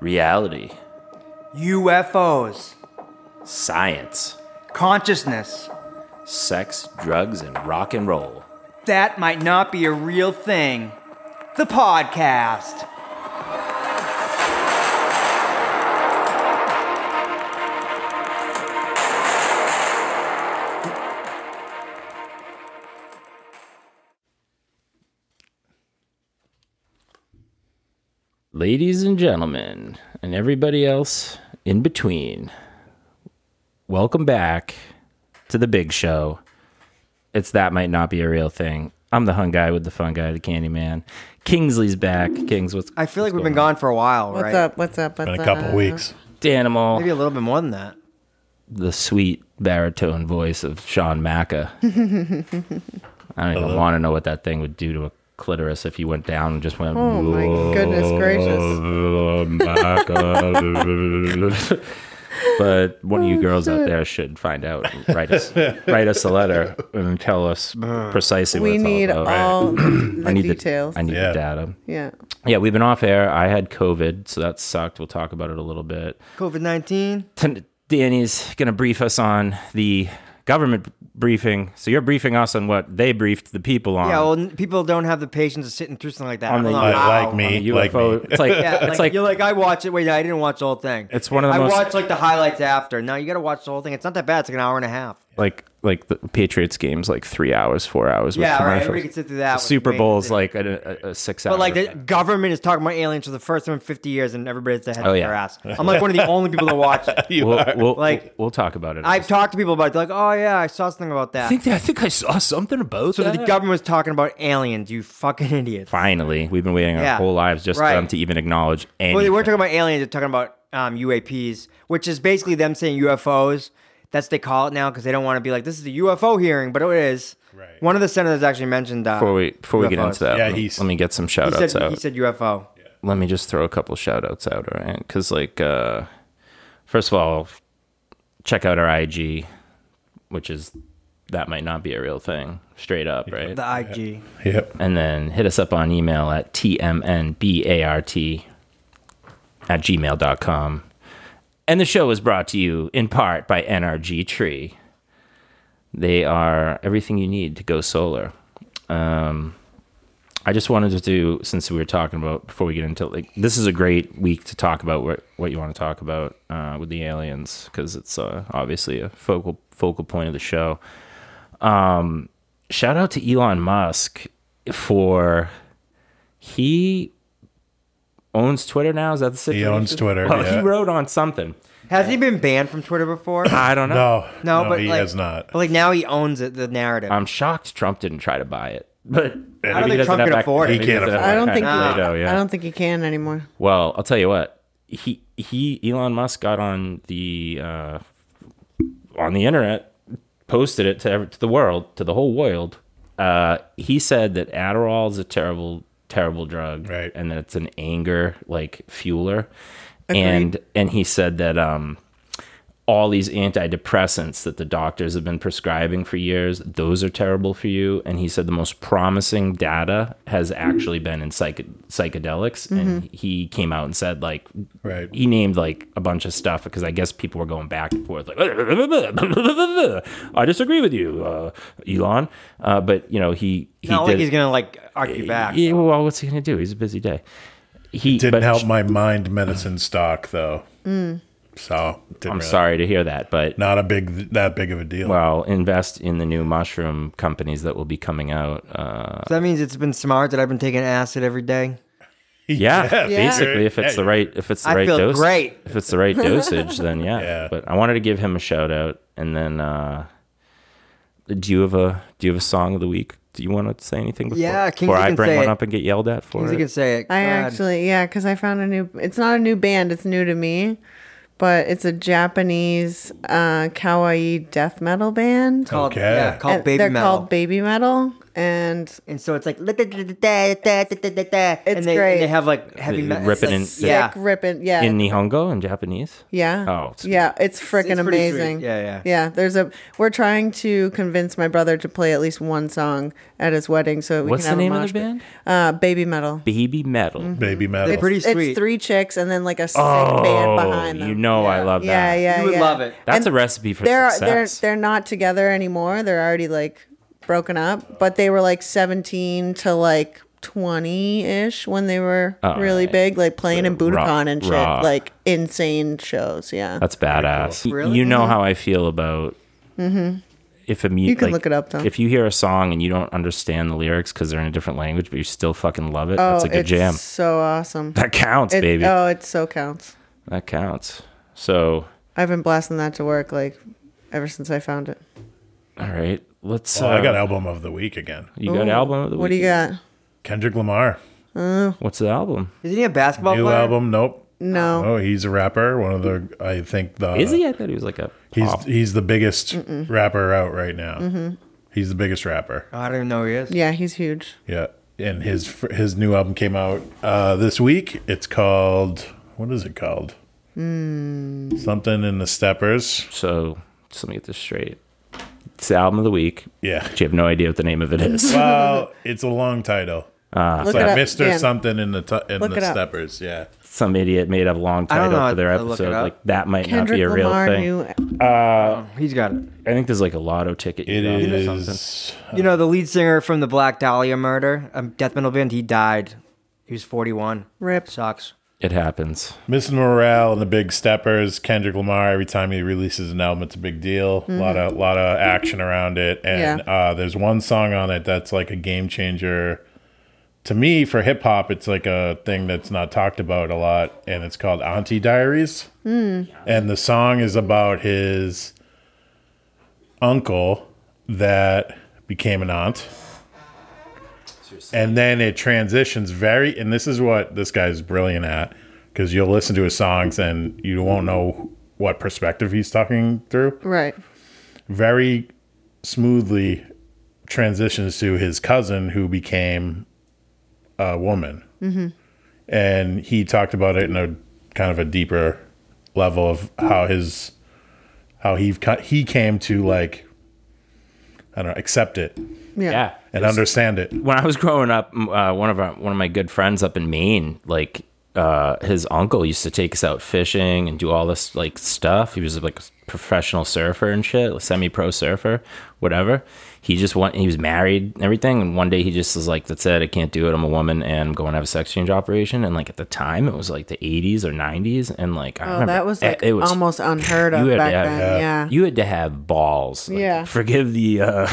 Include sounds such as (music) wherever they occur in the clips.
Reality. UFOs, Science. consciousness. Sex, drugs, and rock and roll. That might not be a real thing. The podcast. Ladies and gentlemen, and everybody else in between, welcome back to the big show. It's That Might Not Be a Real Thing. I'm the hung guy with the fun guy, the candy man. Kingsley's back. Kings, what's I feel like we've been gone for a while, What's right? up? What's up? What's been a up? couple weeks. Maybe Danimal? a little bit more than that. The sweet baritone voice of Sean Macca. I don't even want to know what that thing would do to a clitoris if you went down and just went. Oh my goodness gracious! (laughs) but one of Oh, you girls out there should find out and write us write us a letter and tell us precisely what We it's need all all, about. (clears throat) the, I need details. The, I need Yeah. the data. yeah. Yeah, we've been off air. I had COVID, so that sucked. We'll talk about it a little bit. COVID 19. T- Danny's going to brief us on the government briefing. So you're briefing us on what they briefed the people on. Yeah, well, n- people don't have the patience of sitting through something like that. I the- don't know Like, how. like me, like UFO. me. It's like Yeah, it's like, like you're like I watch it. Wait, I didn't watch the whole thing. It's one of the I most- watched like the highlights after. No, you got to watch the whole thing. It's not that bad. It's like an hour and a half. like like the Patriots games like three hours, four hours. Yeah, right. with Everybody commercials. can sit through that. The with Super me. Bowl's like a, a, a six hour. But like the government is talking about aliens for the first time in 50 years, and everybody's the head Oh, of yeah. (laughs) their ass. I'm like one of the only people that watch it. (laughs) You (laughs) we'll, are. we'll, Like- we'll, we'll talk about it. I've talked to people about it. They're like, oh yeah, I saw something about that. I think I saw something about so the government was talking about aliens. You fucking idiots. Finally, we've been waiting our Yeah. whole lives just Right. for them to even acknowledge anything. Well, they weren't talking about aliens. They're talking about um, UAPs, which is basically them saying UFOs. That's what they call it now because they don't want to be like this is a UFO hearing, but it is. Right. One of the senators actually mentioned uh, before we before we get UFOs. into that, Yeah, let, me, he's- let me get some He shout outs said, out. he said UFO. let me just throw a couple shout outs out, all right? Because, like, uh, first of all, check out our IG, which is that might not be a real thing, straight up, right? The IG. Yep. and then hit us up on email at tmnbart at gmail.com. And the show is brought to you in part by NRG Tree. They are everything you need to go solar. Um, I just wanted to do, since we were talking about, before we get into like, this is a great week to talk about what, what you want to talk about uh, with the aliens, because it's uh, obviously a focal, focal point of the show Um, shout out to Elon Musk for he owns Twitter now. Is that the He situation? owns Twitter. Well, yeah. he wrote on something. Has he been banned from Twitter (coughs) before? no, I don't know. no, no, but he like, has not. But like now he owns it. The narrative. I'm shocked Trump didn't try to buy it, (laughs) but I think Trump can afford it. He can't afford I don't think. he, Plato, yeah. I don't think he can anymore. Well, I'll tell you what. He he Elon Musk got on the uh, on the internet, posted it to ev- to the world, to the whole world. Uh, he said that Adderall is a terrible terrible drug, Right. And that it's an anger like fueler. And and he said that um all these antidepressants that the doctors have been prescribing for years, those are terrible for you. And he said the most promising data has actually been in psych- psychedelics. And he came out and said, like, Right. he named like a bunch of stuff because I guess people were going back and forth, like, (laughs) I disagree with you, uh, Elon. Uh, but, you know, he, he not did, like he's gonna like argue back. yeah, well, what's he gonna do? He's a busy day. he Didn't but help my mind medicine stock though. So didn't I'm really- sorry to hear that, but Not a big that big of a (laughs) deal. well, invest in the new mushroom companies that will be coming out. (laughs) Uh, So that means it's been smart that I've been taking acid every day. yeah, Yeah. basically, if it's the Yeah. right if it's the I right feel dosage, great. if it's the (laughs) right dosage, then yeah. Yeah. But I wanted to give him a shout out, and then uh, do you have a do you have a song of the week? Do you want to say anything before, Yeah, Kingsley before I can bring say one it. up and get yelled at for You it? can say it. I God. actually, yeah, because I found a new. It's not a new band. It's new to me, but it's a Japanese uh, kawaii death metal band. called, Okay. yeah, called And baby Uh, they're metal. called baby metal, and and so it's like and they, and great. they have like heavy The metal ripping it's and- like, yeah. sick ripping. Yeah, in Nihongo in Japanese. Yeah. Oh, it's- yeah. It's freaking it's pretty sweet. amazing. Yeah, yeah. Yeah. There's a. We're trying to convince my brother to play at least one song at his wedding, so we What's can have the a name of mosh the pit. band? Uh, Baby Metal. Baby metal. Baby metal. They're pretty sweet. It's three chicks and then like a Mm-hmm. sick band Oh, behind them. you know I love that. Yeah, yeah, You would yeah. love it. That's And a recipe for they're they're success. they're not together anymore. They're already like broken up, but they were like 17 to like 20-ish when they were really right. big, like playing in So raw- Budokan and shit, raw. like insane shows. Yeah, That's badass. Y- Really? You know how I feel about. If a mu- Mm-hmm. You can like, look it up, though. If you hear a song and you don't understand the lyrics because they're in a different language, but you still fucking love it, that's a good Oh, it's jam. So awesome. That counts, It- baby. Oh, it so counts. That counts. So, I've been blasting that to work like ever since I found it. all right, let's. Oh, Well, I uh, got album of the week again. you got album of the week. What do you got? Kendrick Lamar. What's the album? Isn't he a basketball New player? album, nope. Uh, No. Oh, he's a rapper. One of the I think Uh, the Is he? Oh. I thought he was like a. He's pop. he's the biggest rapper out right now. He's the biggest rapper. Oh, I don't even know who he is. Yeah, he's huge. Yeah, and his his new album came out uh, this week. It's called what is it called? Hmm. Something in the steppers. So just let me get this straight. It's the album of the week. (laughs) Yeah. But you have no idea what the name of it (laughs) is. Well, it's a long title. Look It's like it up, Mister Dan. Something in the t- in Look the it up. steppers. Yeah. Some idiot made a long I don't title know. for their I'll look it episode. up. Like that might not Kendrick be a real Lamar thing. knew. He's got it. I think there's like a lotto ticket. It you got or is. something. You know, the lead singer from the Black Dahlia murder, um, death metal band, he died. He was 41. Rip. Sucks. It happens. Missing Morale and the Big Steppers, Kendrick Lamar. Every time he releases an album, it's a big deal. A lot of lot of action around it, and Yeah. uh, there's one song on it that's like a game changer. To me, for hip hop, it's like a thing that's not talked about a lot, and it's called Auntie Diaries. And the song is about his uncle that became an aunt. And then it transitions very, and this is what this guy's brilliant at, because you'll listen to his songs and you won't know what perspective he's talking through. Right. Very smoothly transitions to his cousin who became a woman. And he talked about it in a kind of a deeper level of how his, how he he came to like, I don't know, accept it Yeah. Yeah. and understand it. When I was growing up, m- uh, one of our, one of my good friends up in Maine, like uh, his uncle used to take us out fishing and do all this like stuff. He was like a professional surfer and shit, like, semi-pro surfer, whatever. He just went. He was married, and everything, and one day he just was like, "That's it. I can't do it. I'm a woman, and I'm going to have a sex change operation." And like at the time, it was like the 80s or 90s, and like I Oh, remember that was eh, like almost unheard you of had back to have, then. Yeah. You had to have balls. Like, Yeah. Forgive the (laughs) uh,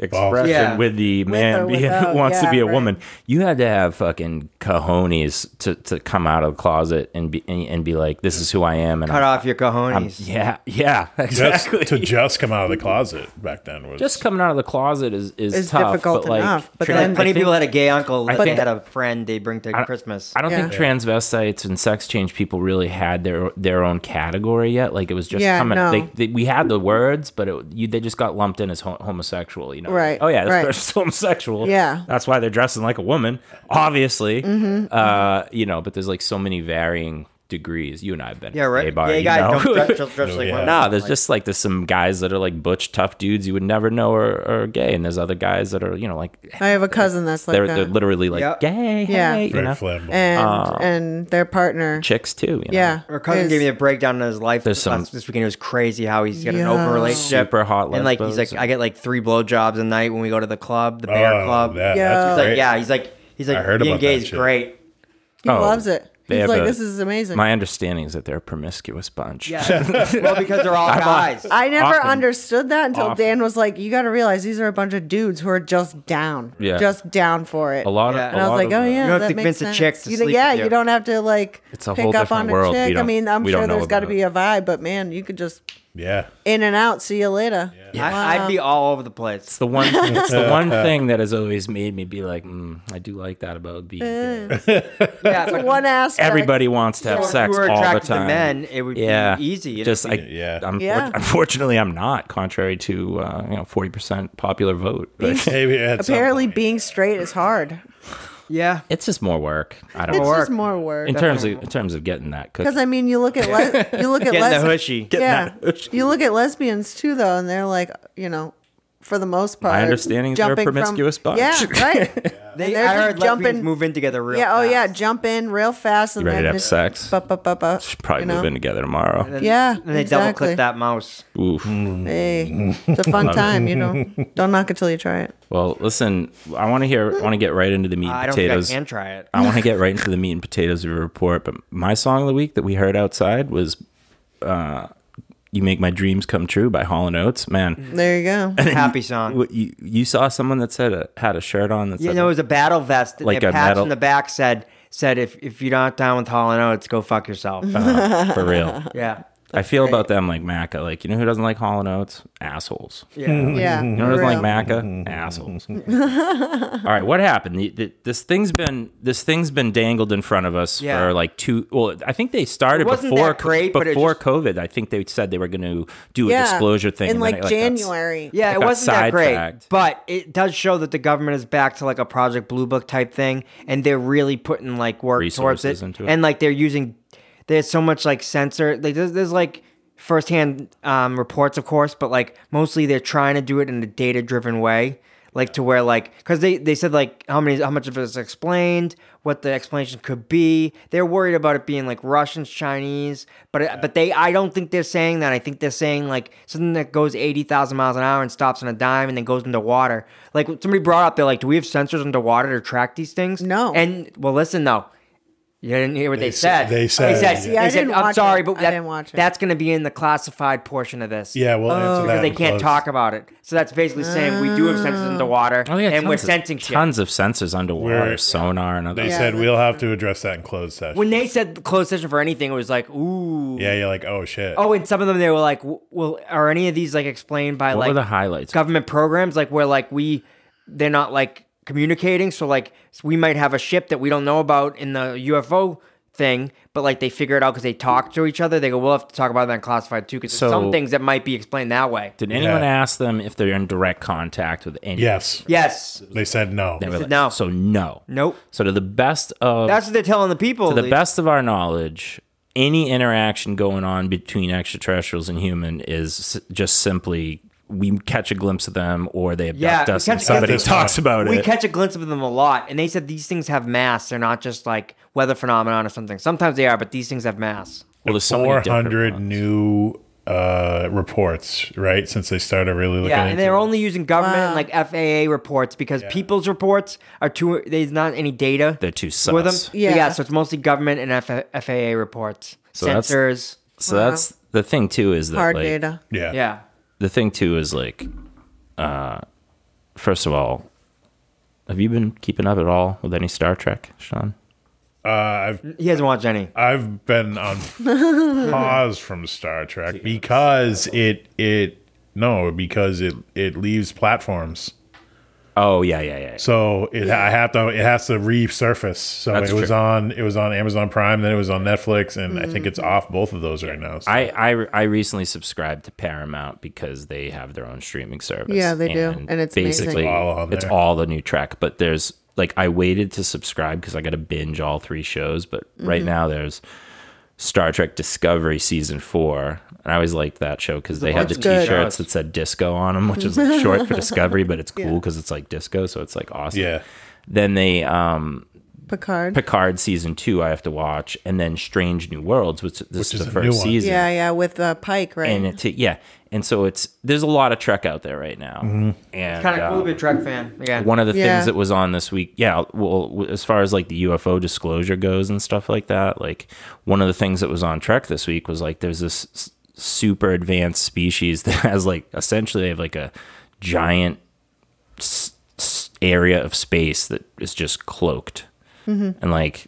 expression Yeah. with the man or be- (laughs) without, wants to yeah, be a right. woman. You had to have fucking cojones to, to come out of the closet and be and, and be like, this is who I am. And Cut I'm- off your cojones. yeah, yeah, (laughs) just exactly. to just come out of the closet back then was just coming out of the closet is is It's tough, difficult but like, enough, but trans- then- Like, plenty I of think- people had a gay uncle that think- had a friend they bring to Christmas. I don't Yeah. think transvestites and sex change people really had their their own category yet. Like it was just Yeah, coming. no. They, they, we had the words, but it, you, they just got lumped in as ho- homosexual. You know, Right, Oh yeah, this right. person's homosexual. Yeah. Mm-hmm, that's why they're dressing like a woman, obviously. Uh, you know, but there's like so many varying degrees. You and I have been yeah, at right. gay bar, gay you guy know? don't (laughs) dress, dress, dress No, like yeah. women. Nah, there's Like, just like there's some guys that are like butch, tough dudes you would never know are, are gay, and there's other guys that are you know like I have a cousin that's like they're that. they're literally like Yep. gay, Yeah. hey, you very know? flamboyant. and uh, and their partner. chicks too. You know? yeah. Her cousin is- gave me a breakdown of his life There's this, some- last, this weekend. It was crazy how he's got an Yeah. open relationship. Super hot And like he's lesbos. like, I get like three blowjobs a night when we go to the club, the bear Oh, club. that- Yeah. He's that's like, great. yeah, he's like, he's like, I heard being about gay that is shit. great. He Oh, loves it. they He's have like, a- this is amazing. My understanding is that they're a promiscuous bunch. Yeah. (laughs) well, because (laughs) they're all guys. I never often- understood that until often. Dan was like, you got to realize these are a bunch of dudes who are just down. Yeah. Just down for it. A lot Yeah. of. And a I was lot like, of- oh, yeah. don't have that to makes convince a sense. chick to You sleep yeah, with you. you don't have to like It's a pick whole up on different a world. We chick. I don't- mean, I'm we sure don't know there's got to about be a vibe, but man, you could just Yeah. in and out. See you later. (laughs) I, I'd be all over the place. It's the one. It's the one thing that has always made me be like, mm, I do like that about being. gay." Yeah, but One aspect. Everybody wants to have if sex you were all the attracted to time. men, it would be yeah, easy. It'd Just be- I, Yeah. I'm, Yeah. Unfortunately, I'm not. Contrary to uh, you know, forty percent popular vote. But Maybe at some Apparently, point. being straight is hard. yeah. it's just more work. I don't It's know. Work. just more work. in terms of in terms of getting that Because cookie. I mean, you look at le- (laughs) you look at Getting the lesbians. hushy. Yeah, that hoochie. you look at lesbians too, though, and they're like, you know, for the most part, understanding is they're a jumping from- promiscuous bunch. (laughs) Yeah, right. They, they're I just heard lesbians jumping- move in together real yeah. Oh fast. yeah, jump in real fast and You ready then to have just sex? Bup, bup, bup, bup, Should probably you move know? in together tomorrow. Yeah, And they double exactly. click that mouse. Oof. Hey, it's (laughs) a fun time, you know. Don't knock it till you try it. Well, listen, I want to hear. I want to get right into the meat I and don't think I potatoes. can try (laughs) it. I want to get right into the meat and potatoes of your report, but my song of the week that we heard outside was uh, "You Make My Dreams Come True" by Hall and Oates. Man, There (laughs) you go. Happy song. what- you you saw someone that said a, had a shirt on that You said know, it was a battle vest. That Like the a patch metal- in the back said said if if you're not down with Hall and Oates, go (laughs) fuck yourself. for real. yeah, I feel about them like Maca. Like you know who doesn't like Hall and Oates? Assholes. (laughs) You yeah. Yeah, know who for doesn't real. like Mm-hmm. Maca? Assholes. (laughs) All right, what happened? The, the, this thing's been this thing's been dangled in front of us Yeah. for like two. Well, I think they started It wasn't before that great, but it before just- COVID. I think they said they were going to do a yeah. disclosure thing in and then like it, got s- January. Yeah, it got wasn't that great, sidetracked. but it does show that the government is back to like a Project Blue Book type thing, and they're really putting like work towards Resources it, into it. and like they're using there's so much like sensor, like there's, there's like firsthand um, reports, of course, but like mostly they're trying to do it in a data driven way, like to where like because they they said like how many how much of it is explained, what the explanation could be. They're worried about it being like Russians, Chinese, but uh, but they I don't think they're saying that. I think they're saying like something that goes eighty thousand miles an hour and stops on a dime and then goes into water. Like somebody brought up, they're like, do we have sensors underwater to track these things? No. And well, listen though. You didn't hear what they, They said. said- they said- They See, I said, didn't I'm watch sorry, it. but I that- didn't watch it. Oh. that's going to be in the classified portion of this. Yeah, we'll answer that. Oh, Because they in can't close. talk about it. So that's basically saying we do have sensors underwater Oh, yeah, and we're tons of- sensing shit. tons of sensors underwater, We're- sonar, and other. They Yeah, said that's we'll have to address that in closed session. When they said closed session for anything, it was like, ooh. yeah, you're like, oh shit. Oh, and some of them they were like, w- well, are any of these like explained by What like were the highlights? government programs? Like where like we, they're not like communicating. So like we might have a ship that we don't know about in the UFO thing, but like they figure it out because they talk to each other. They go, we'll have to talk about that in classified too because So- some things that might be explained that way. Did anyone Yeah. ask them if they're in direct contact with any? yes. Yes. They said no. They were like, no. So no. Nope. So to the best of That's what they're telling the people. to the Lee. best of our knowledge, any interaction going on between extraterrestrials and human is s- just simply we catch a glimpse of them or they abduct we us catch and a somebody glimpse. talks about we it. catch a glimpse of them a lot, and they said these things have mass. They're not just like weather phenomenon or something. Sometimes they are, but these things have mass. well, there's so many Four different hundred ones. new uh, reports, right? Since they started really looking. Yeah, and into they're it. only using government and like FAA reports because people's reports are too. There's not any data. They're too sus. for them. Yeah. yeah. So it's mostly government and F- FAA reports, So that's- sensors. So that's the thing too is that Hard like, data. Yeah. Yeah, the thing too is like uh first of all have you been keeping up at all with any Star Trek, Sean? Uh, I've he hasn't watched any. I've (laughs) been on pause from Star Trek because it it no because it it leaves platforms. Oh yeah, yeah, yeah. So it I have to it has to resurface. So That's it was true. on it was on Amazon Prime, then it was on Netflix, and I think it's off both of those right now. So. I, I I recently subscribed to Paramount because they have their own streaming service. Yeah, they do, and it's amazing. basically All on it's there. all the new Trek. But there's like I waited to subscribe because I got to binge all three shows. But Mm-hmm. right now there's Star Trek Discovery season four, and I always liked that show because they had the It's good. T-shirts that said disco on them, (laughs) which is like short for Discovery, but it's cool because it's like disco, so it's like awesome yeah. then they um Picard. Picard season two I have to watch, and then Strange New Worlds, which this is is the a new first one. season. yeah, yeah, with uh, Pike, right? And it, yeah, and so it's there's a lot of Trek out there right now, and Kind of cool to um, be a Trek fan. Yeah. one of the Yeah. things that was on this week, yeah, well, w- as far as like the UFO disclosure goes and stuff like that, like one of the things that was on Trek this week was like there's this s- super advanced species (laughs) that has like essentially they have like a giant s- s- area of space that is just cloaked, Mm-hmm. and like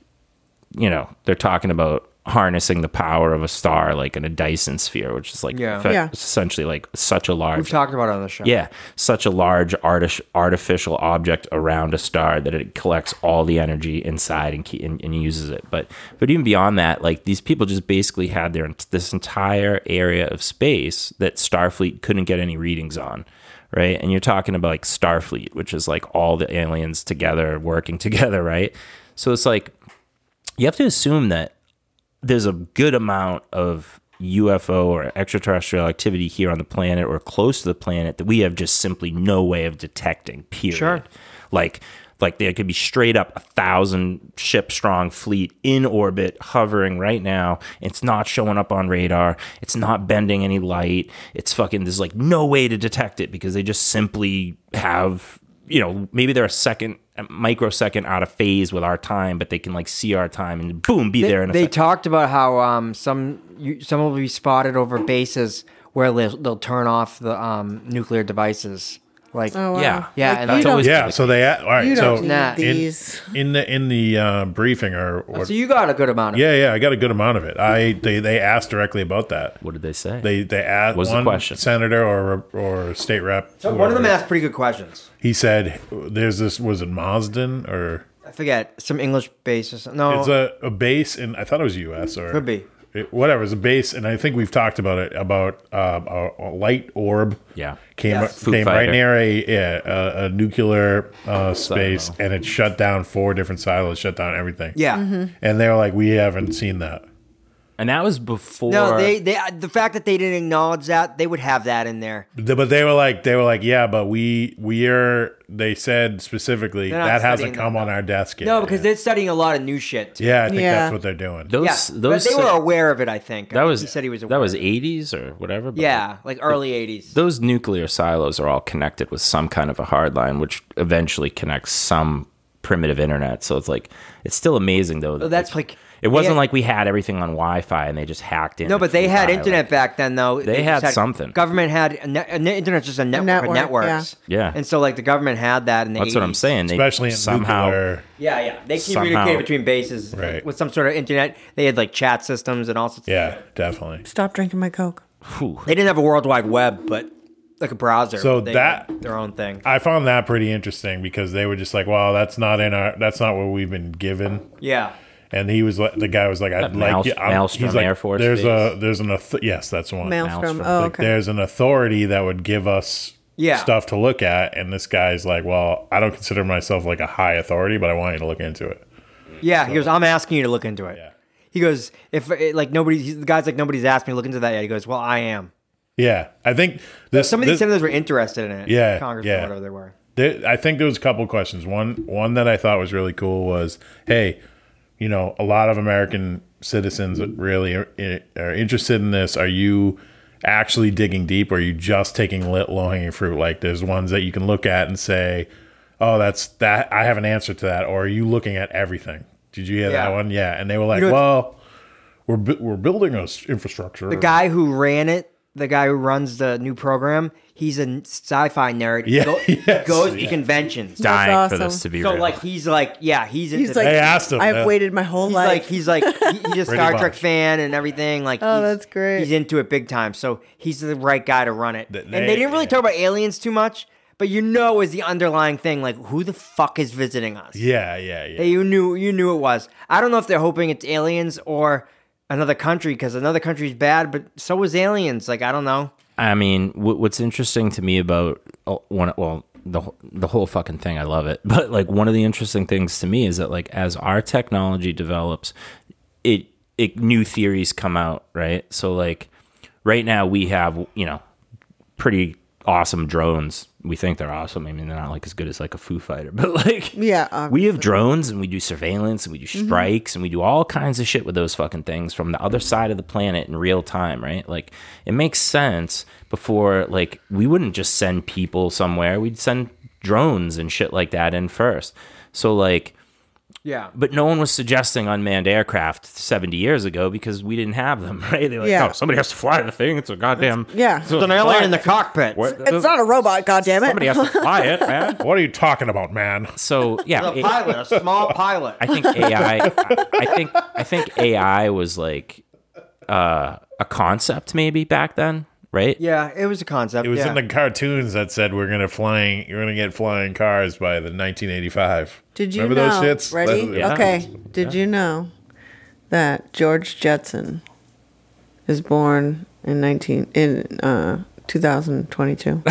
you know they're talking about harnessing the power of a star like in a Dyson sphere, which is like Yeah. effe- Yeah. essentially like such a large We've talked about it on the show. yeah, such a large artis- artificial object around a star that it collects all the energy inside and, ke- and, and uses it. But but even beyond that, like these people just basically had their this entire area of space that Starfleet couldn't get any readings on, right? And you're talking about like Starfleet, which is like all the aliens together working (laughs) together, right? So it's like you have to assume that there's a good amount of UFO or extraterrestrial activity here on the planet or close to the planet that we have just simply no way of detecting. Period. Sure. Like, like there could be straight up a thousand ship strong fleet in orbit, hovering right now. It's not showing up on radar. It's not bending any light. It's fucking. There's like no way to detect it because they just simply have. You know, maybe they're a second, a microsecond out of phase with our time, but they can like see our time and boom, be there. In a They sec- talked about how um, some you, some will be spotted over bases where they'll, they'll turn off the um, nuclear devices. Like oh, wow. Yeah. Yeah, Like, and you that's don't, always- Yeah, so they all right. you so don't need Nah. in- these. in, the in the uh, briefing or, or so you got a good amount. Of yeah, yeah, I got a good amount of it. I they, they asked directly about that. What did they say? They they asked What's the one question? senator or or state rep. So one of them whoever, asked pretty good questions. he said, "There's this was it Mazden or I forget some English base or something. No, it's a, a base in I thought it was U.S. or Oh. Could be. it- whatever. It's a base, and I think we've talked about it about um, a, a light orb. Yeah. came Yes. Foo came right Fighter. near a yeah, a, a nuclear uh, space, and it shut down four different silos, shut down everything. Mm-hmm. yeah. and they were like, "We haven't seen that." and that was before. No, they they the fact that they didn't acknowledge that they would have that in there. Th- But they were like, they were like, yeah, but we we are. They said specifically They're not that studying hasn't that, come on our desk yet. No, because yeah. they're studying a lot of new shit. Too. yeah, I think Yeah. that's what they're doing. those Yeah, those but they were aware of it. I think that was he said he was aware. that was 80s or whatever. But yeah, like early '80s. those nuclear silos are all connected with some kind of a hard line, which eventually connects some primitive internet. So it's like it's still amazing though. that, Oh, that's like, like- it wasn't yeah. like we had everything on Wi-Fi and they just hacked in. No, and but they flew had by, internet like- back then, though. They just had something. Government had a ne- a ne- internet's just a network, of network, yeah. networks. Yeah. and so like the government had that, in the that's what I'm 80s. saying. They Especially in somehow. nuclear. Yeah, yeah, they Somehow. communicated between bases like, Right. with some sort of internet. They had like chat systems and all sorts. of- Yeah, definitely. Stop drinking my Coke. Phew. they didn't have a World Wide Web, but like a browser. So they that- had their own thing. I found that pretty interesting because they were just like, "Wow, that's not in our. That's not what we've been given." Yeah, And he was like, the guy was like, "I'd That like Maelst- you." I'm- Maelstrom he's like, Air Force "There's Base. a there's an auth- yes, that's one. Maelstrom. Maelstrom. Oh, Like, okay. There's an authority that would give us." Yeah. Stuff to look at, and this guy's like, "Well, I don't consider myself like a high authority, but I want you to look into it." yeah. he goes, "I'm asking you to look into it." Yeah. He goes, "If it, like nobody, he's- the guy's like nobody's asked me to look into that yet." He goes, "Well, I am." Yeah, I think this. Some of these this- senators were interested in it. Yeah, congressmen, yeah. whatever they were. There, I think there was a couple questions. One one that I thought was really cool was, hey, you know, a lot of American citizens really are, are interested in this. Are you actually digging deep, or are you just taking lit low hanging fruit? Like, there's ones that you can look at and say, oh, that's that. I have an answer to that. Or are you looking at everything? Did you hear Yeah. that one? Yeah, and they were like, know, it's- well, we're bu- we're building a s- infrastructure. The guy who ran it, the guy who runs the new program, he's a sci-fi nerd. Yeah, he, go- he (laughs) yes, goes yeah. to conventions. Dying for awesome. this to be So real. like he's like yeah he's into He's like, They asked him, I've yeah. waited my whole he's life. like he's like he- (laughs) he's a Pretty Star Trek much. fan and everything like Oh, he's- that's great. he's into it big time so he's the right guy to run it Th- and they- they didn't really yeah. talk about aliens too much but you know is the underlying thing like who the fuck is visiting us yeah, yeah, yeah. that you knew you knew it was. I don't know if they're hoping it's aliens or another country because another country's bad, but so is aliens. Like I don't know. I mean, wh- what's interesting to me about oh, one, well, the wh- the whole fucking thing, I love it. (laughs) But like one of the interesting things to me is that like as our technology develops, it it new theories come out, right? So like right now we have you know pretty awesome drones we think they're awesome. I mean, they're not like as good as like a Foo Fighter, (laughs) but like Yeah, um, we have drones and we do surveillance and we do Mm-hmm. strikes and we do all kinds of shit with those fucking things from the other side of the planet in real time, right? Like it makes sense before like we wouldn't just send people somewhere. We'd send drones and shit like that in first. So like Yeah. but no one was suggesting unmanned aircraft 70 years ago because we didn't have them, (laughs) right? They're like, Yeah. oh, somebody has to fly the thing. (laughs) It's a goddamn. Yeah. a It's An airline fly- in the cockpit. What? It's not a robot, goddammit. (laughs) Somebody has to fly it, man. What are you talking about, man? So, yeah. A it- pilot, a (laughs) small pilot. I think AI. I, I think I think AI was like uh, a concept maybe back then, right? yeah, it was a concept. It was yeah. in the cartoons that said we're gonna flying, you're gonna get flying cars by the 1985. Did you remember know? those shits? Ready? That's- Yeah. Okay. Did you know that George Jetson is born in nineteen in uh, (laughs) 2022?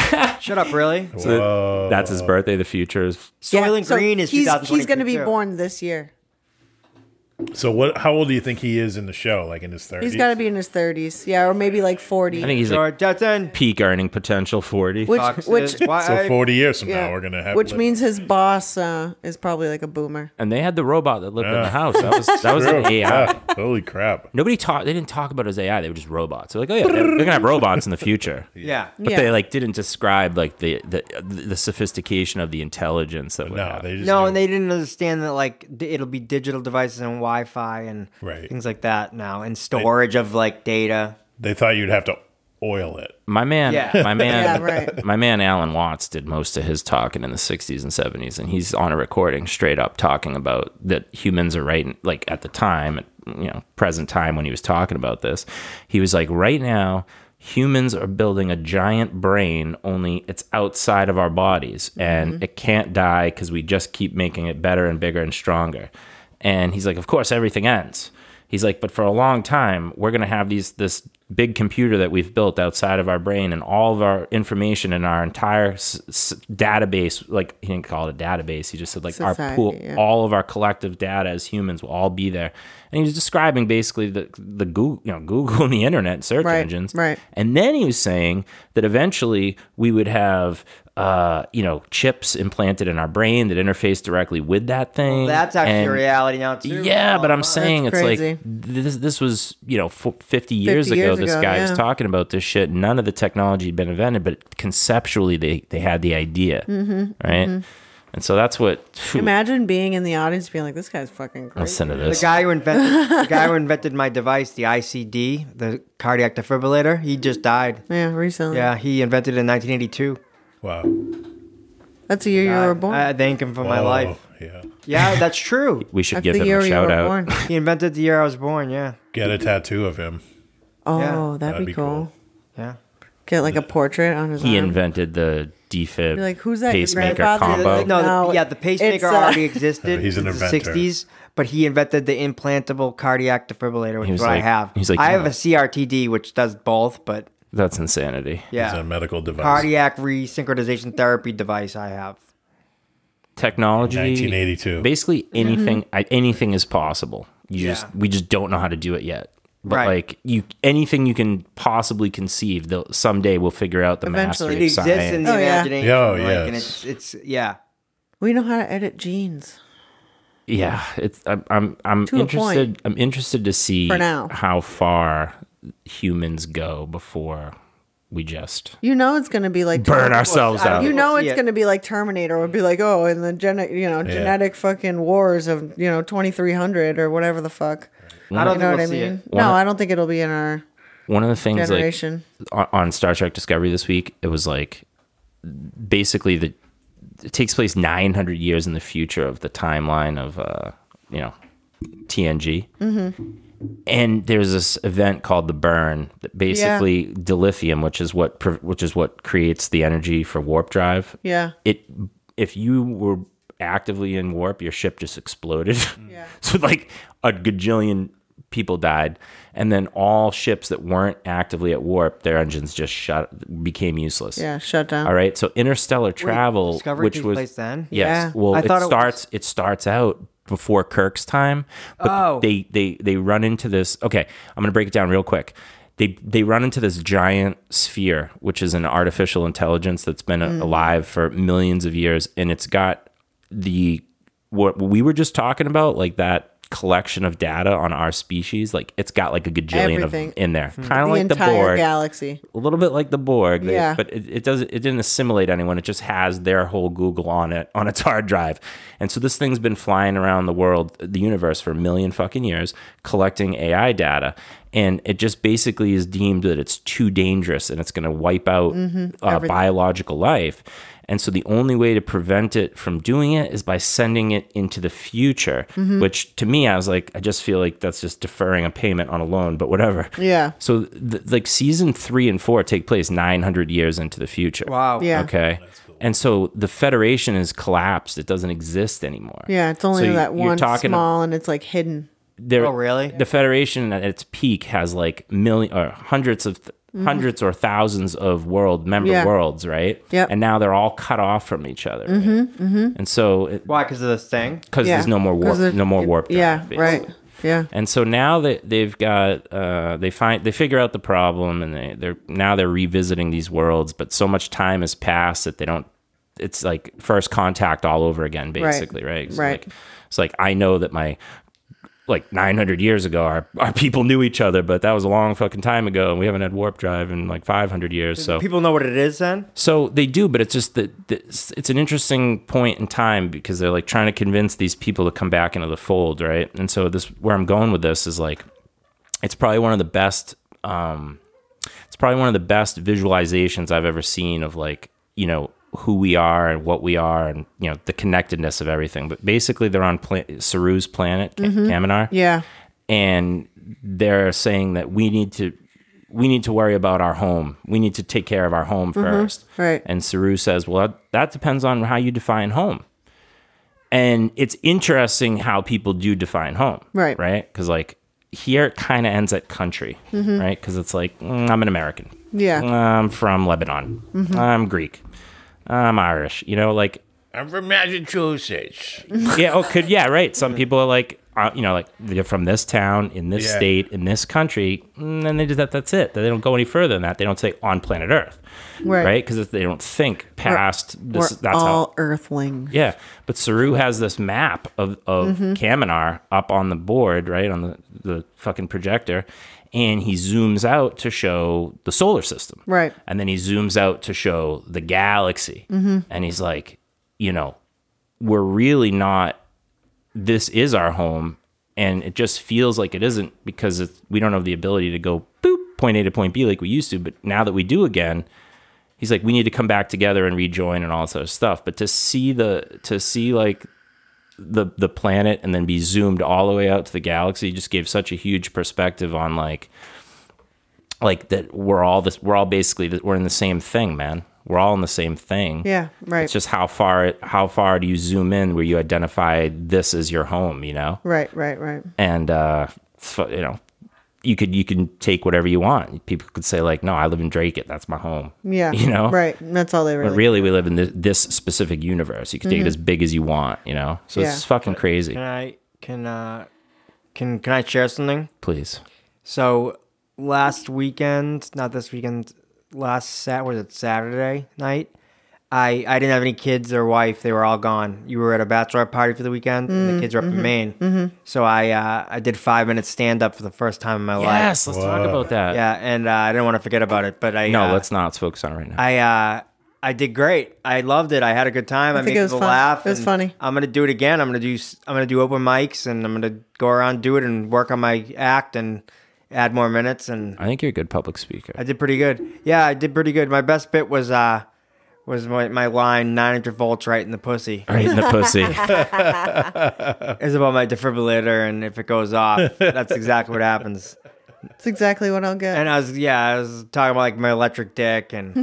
Shut up, (laughs) really? So that's his birthday. The future is Soylent so Green is he's he's going to be 2022. born this year. So what? How old do you think he is in the show? Like in his 30s? He's got to be in his 30s, yeah, or maybe like 40. I think he's like George Jetson. peak earning potential forty. which Fox (laughs) which is wife. So 40 years from yeah, now, we're gonna have. which li- means his boss uh, is probably like a boomer. and they had the robot that lived in the Yeah. house. That was that was (laughs) True. an AI. Yeah. Holy crap! Nobody talked. They didn't talk about it as AI. They were just robots. They're like, oh yeah, they're, they're gonna have robots in the (laughs) future. yeah. But Yeah. they like didn't describe like the the the sophistication of the intelligence that would No, happen. they just No, knew- and they didn't understand that like d- it'll be digital devices and Wi-Fi and Right. things like that now, and storage of like data. they thought you'd have to oil it. My man, Yeah. my man, Yeah, right. my man, Alan Watts did most of his talking in the '60s and '70s, and he's on a recording, straight up talking about that humans are right. Like at the time, you know, present time when he was talking about this, he was like, right now, humans are building a giant brain, only it's outside of our bodies, Mm-hmm. and it can't die because we just keep making it better and bigger and stronger. And he's like, of course, everything ends. He's like, but for a long time, we're gonna have these this big computer that we've built outside of our brain, and all of our information and our entire s- s- database, like he didn't call it a database, he just said like our Society, pool, yeah. all of our collective data as humans will all be there. And he was describing basically the the Google, you know, Google and the internet search Right, engines, right. and then he was saying that eventually we would have. Uh, you know, chips implanted in our brain that interface directly with that thing. That's actually and- reality now too. yeah, but I'm Online. saying it's crazy. like this. This was you know fo- 50 years 50 ago. years this ago, guy yeah. was talking about this shit. None of the technology had been invented, but conceptually they they had the idea, right? And so that's what. phew, Mm-hmm, Imagine being in the audience being like, this guy's fucking crazy. listen to The this. guy who invented the guy who invented my device, the ICD, the cardiac defibrillator, he just died. Yeah, recently. Yeah, he invented it in 1982. Wow. That's the year you were born. I, I thank him for my Oh, life. Yeah. Yeah, that's true. we should That's give the him year a you shout were out. (laughs) born. He invented the year I was born. Yeah, Get a tattoo of him. Oh, Yeah. that'd, be, cool. yeah. Get like a portrait on his He arm. invented the defib Be like, who's that? Your pacemaker grandfather? combo. Like, No, No, the, yeah, the it's, pacemaker uh, already existed. (laughs) He's an in the inventor. 60s, but he invented the implantable cardiac defibrillator, which He is was what I like- have. he's like, I you have know- a CRTD, which does both, but That's insanity. It's a yeah, medical device. cardiac resynchronization therapy device I have. Technology. 1982. Basically Mm-hmm. anything. I, anything is possible. You just we just don't know how to do it yet. But Right. like you, anything you can possibly conceive, they'll, someday we'll figure out the Eventually. mastery It of exists science. in the Oh, yeah. imagination. Yeah, like, and yes. it's it's yeah. We know how to edit genes. yeah it's i'm i'm, I'm To a interested i'm interested to see For now. how far humans go before we just You know it's going to be like burn ourselves I don't out You We'll know see it's it. going to be like Terminator would be like, oh, in the gen- you know genetic fucking wars of you know 2300 or whatever the fuck. I don't think You know we'll what I see mean? it. No, I don't think it'll be in our one of the things like generation. on, on star trek discovery this week it was like basically the it takes place 900 years in the future of the timeline of uh you know tng mm-hmm. and there's this event called the burn that basically dilithium which is what pre- which is what creates the energy for warp drive yeah. it if you were actively in warp, your ship just exploded. (laughs) Yeah. so like a gajillion people died, and then all ships that weren't actively at warp, their engines just shut became useless. Yeah, shut down. All right, so interstellar travel, Discovery which takes was place then? yes, Yeah. well, I it thought it was- starts it starts out before Kirk's time, but Oh. they they they run into this. Okay, I'm gonna break it down real quick. they they run into this giant sphere, which is an artificial intelligence that's been Hmm. a- alive for millions of years, and it's got the what we were just talking about, like that collection of data on our species. Like it's got like a gajillion of them Everything. Hmm. in there, kind of the like the entire board galaxy. a little bit like the Borg, they- Yeah. but it, it doesn't it didn't assimilate anyone. It just has their whole Google on it on its (laughs) hard drive. And so this thing's been flying around the world, the universe for a million fucking years, collecting AI data. And it just basically is deemed that it's too dangerous and it's going to wipe out Mm-hmm. uh, biological life. And so the only way to prevent it from doing it is by sending it into the future, Mm-hmm. which to me, I was like, I just feel like that's just deferring a payment on a loan, but whatever. Yeah. So, th- like season three and four take place 900 years into the future. Wow. Yeah. Okay. And so the Federation is collapsed. It doesn't exist anymore. Yeah, it's only So you- that you're one talking- small and it's like hidden. There, Oh, really? The Federation at its peak has like million or hundreds of th- hundreds or thousands of world member Mm-hmm. Yeah. worlds, right? Yep. Mm-hmm, And now they're all cut off from each other. right? And so it, Why? Because of this thing? because Yeah. there's no more 'Cause warp, they're- no more warp. drive, Yeah, basically. right. Yeah. And so now that they've got, uh, they find they figure out the problem, and they, they're now they're revisiting these worlds, but so much time has passed that they don't. It's like first contact all over again, basically, right? So Right. Like, it's like I know that my like 900 years ago, our, our people knew each other, but that was a long fucking time ago, and we haven't had warp drive in like 500 years. So People know what it is then? so they do, but it's just that that it's it's an interesting point in time because they're like trying to convince these people to come back into the fold, right? And so this where I'm going with this is like it's probably one of the best um it's probably one of the best visualizations I've ever seen of like, you know, who we are and what we are and you know the connectedness of everything. But basically they're on pla- Saru's planet, Kam- Kaminar Yeah. and they're saying that we need to we need to worry about our home. We need to take care of our home first. Mm-hmm. right. And Saru says, "Well, that, that depends on how you define home." And it's interesting how people do define home. Right. Right? Cuz like here it kind of ends at country, Mm-hmm. right? Cuz it's like mm, I'm an American. Yeah. I'm from Lebanon. Mm-hmm. I'm Greek. I'm Irish. You know, like I'm from Massachusetts. yeah. Oh, could yeah. Right. Some people are like, uh, you know, like they're from this town, in this Yeah. state, in this country, mm, and then they just that. That's it. They don't go any further than that. They don't say on planet Earth, Right. right? Because they don't think past this. We're that's all how. earthlings. Yeah, but Saru has this map of of Mm-hmm. Kaminar up on the board, right on the the fucking projector, and he zooms out to show the solar system, Right. and then he zooms out to show the galaxy and he's like you know we're really not this is our home and it just feels like it isn't because it's, we don't have the ability to go boop point a to point b like we used to but now that we do again he's like we need to come back together and rejoin and all this other stuff but to see the to see like the the planet and then be zoomed all the way out to the galaxy just gave such a huge perspective on like like that we're all this we're all basically that we're in the same thing man we're all in the same thing Yeah, right. it's just how far how far do you zoom in where you identify this as your home you know Right, right, right. and uh so, you know you could you can take whatever you want people could say like no i live in drake it that's my home (laughs) Yeah. you know Right. And That's all they really. but really we live in this, this specific universe you can Mm-hmm. take it as big as you want you know so Yeah. it's fucking crazy Can I can uh can can I share something? please So last weekend, not this weekend, last sat was it Saturday night? I I didn't have any kids or wife. They were all gone. You were at a bachelorette party for the weekend, Mm, and the kids were mm-hmm, up in Maine. So I uh, I did five minutes stand up for the first time in my life. yes let's talk about that Yeah, and uh, I didn't want to forget about it, but I no uh, let's not let's focus on it right now I uh, I did great. I loved it. I had a good time. I, think made it was people fun. laugh. It was and funny. I'm gonna do it again. I'm gonna do s- I'm gonna do open mics and I'm gonna go around do it and work on my act and add more minutes and I think you're a good public speaker (laughs) I did pretty good. Yeah, I did pretty good. My best bit was uh was my, my line 900 volts right in the pussy. right (laughs) in the pussy It's about my defibrillator and if it goes off, that's exactly what happens. That's exactly what I'll get. And I was yeah, I was talking about like my electric dick (laughs) and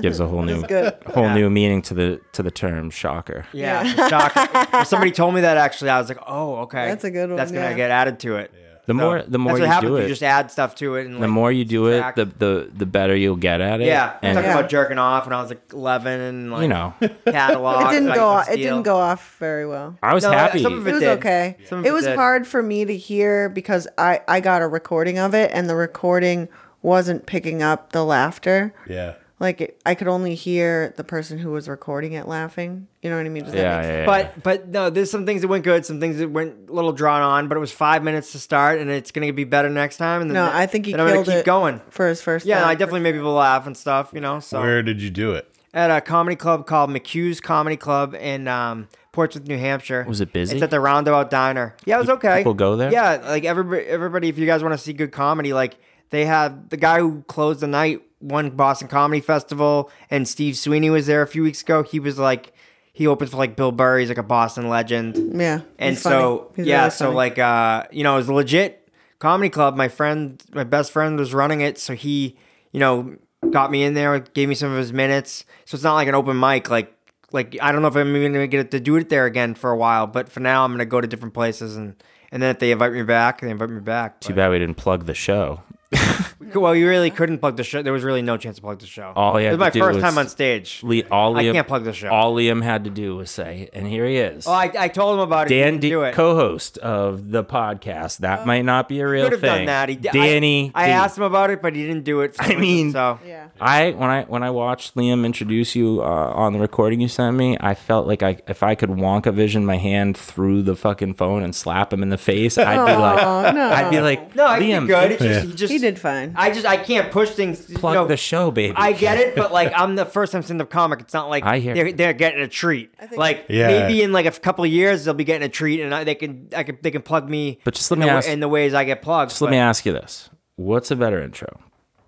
gives a whole new (laughs) good. whole new meaning to the to the term shocker. yeah, shock. When somebody told me that actually, I was like, oh okay, That's a good one, That's gonna yeah. get added to it. The So more the more that's you what happens. do it, You just add stuff to it, and the more you do it, subtract. the, the the better you'll get at it. yeah. I'm and talking Yeah. about jerking off when I was like 11, and like you know, catalog. it didn't like, go. and Off, it steal. didn't go off very well. I was (laughs) No, happy. some of It was did. okay. Some of It it was did. hard for me to hear because I I got a recording of it and the recording wasn't picking up the laughter. Yeah. Like it, I could only hear the person who was recording it laughing. You know what I mean? Does that Yeah, make sense? yeah, yeah. But but no, there's some things that went good, some things that went a little drawn on. But it was five minutes to start, and it's gonna be better next time. And then No, that- I think he then I'm gonna killed keep it going. for his first. Yeah, no, I laugh. definitely made people laugh and stuff. You know, so Where did you do it? at a comedy club called McHugh's Comedy Club in um, Portsmouth, New Hampshire. Was it busy? It's at the Roundabout Diner. Yeah, it was okay. people go there? Yeah, like everybody. Everybody, if you guys want to see good comedy, like they have the guy who closed the night one Boston Comedy Festival, and Steve Sweeney was there a few weeks ago. He was like, he opened for like Bill Burr. He's like a Boston legend. Yeah, And he's funny. so He's yeah, really so funny. like uh, you know, it was a legit comedy club. My friend, my best friend was running it, so he, you know, got me in there, gave me some of his minutes. So it's not like an open mic, like like I don't know if I'm even gonna get to do it there again for a while, but for now I'm gonna go to different places and and then if they invite me back, they invite me back. Too bad we didn't plug the show. But- well, you really couldn't plug the show. There was really no chance to plug the show. All he it had was my to do first was time on stage. Le- all I Liam, can't plug the show. All Liam had to do was say, and here he is. oh, I, I told him about it. he Dan, didn't D- do it. co-host of the podcast. That might not be a real could have thing. done that. He, I- Danny, I, D. asked him about it, but he didn't do it. for some I mean- reason, so yeah, I when I when I watched Liam introduce you uh, on the recording you sent me, I felt like I if I could Wonka vision my hand through the fucking phone and slap him in the face, I'd be like, Oh, no. I'd be like, no, I Liam, did good. It's just, Yeah. he just he did fine. I just I can't push things. you plug know, the show, baby. I get it, (laughs) but like I'm the first time stand-up comic. It's not like I hear- they're, they're getting a treat. think- Like Yeah. maybe in like a f- couple of years they'll be getting a treat, and I, they can I can they can plug me. But just let in me the, wa- ask- in the ways I get plugged. Just let but- me ask you this: What's a better intro?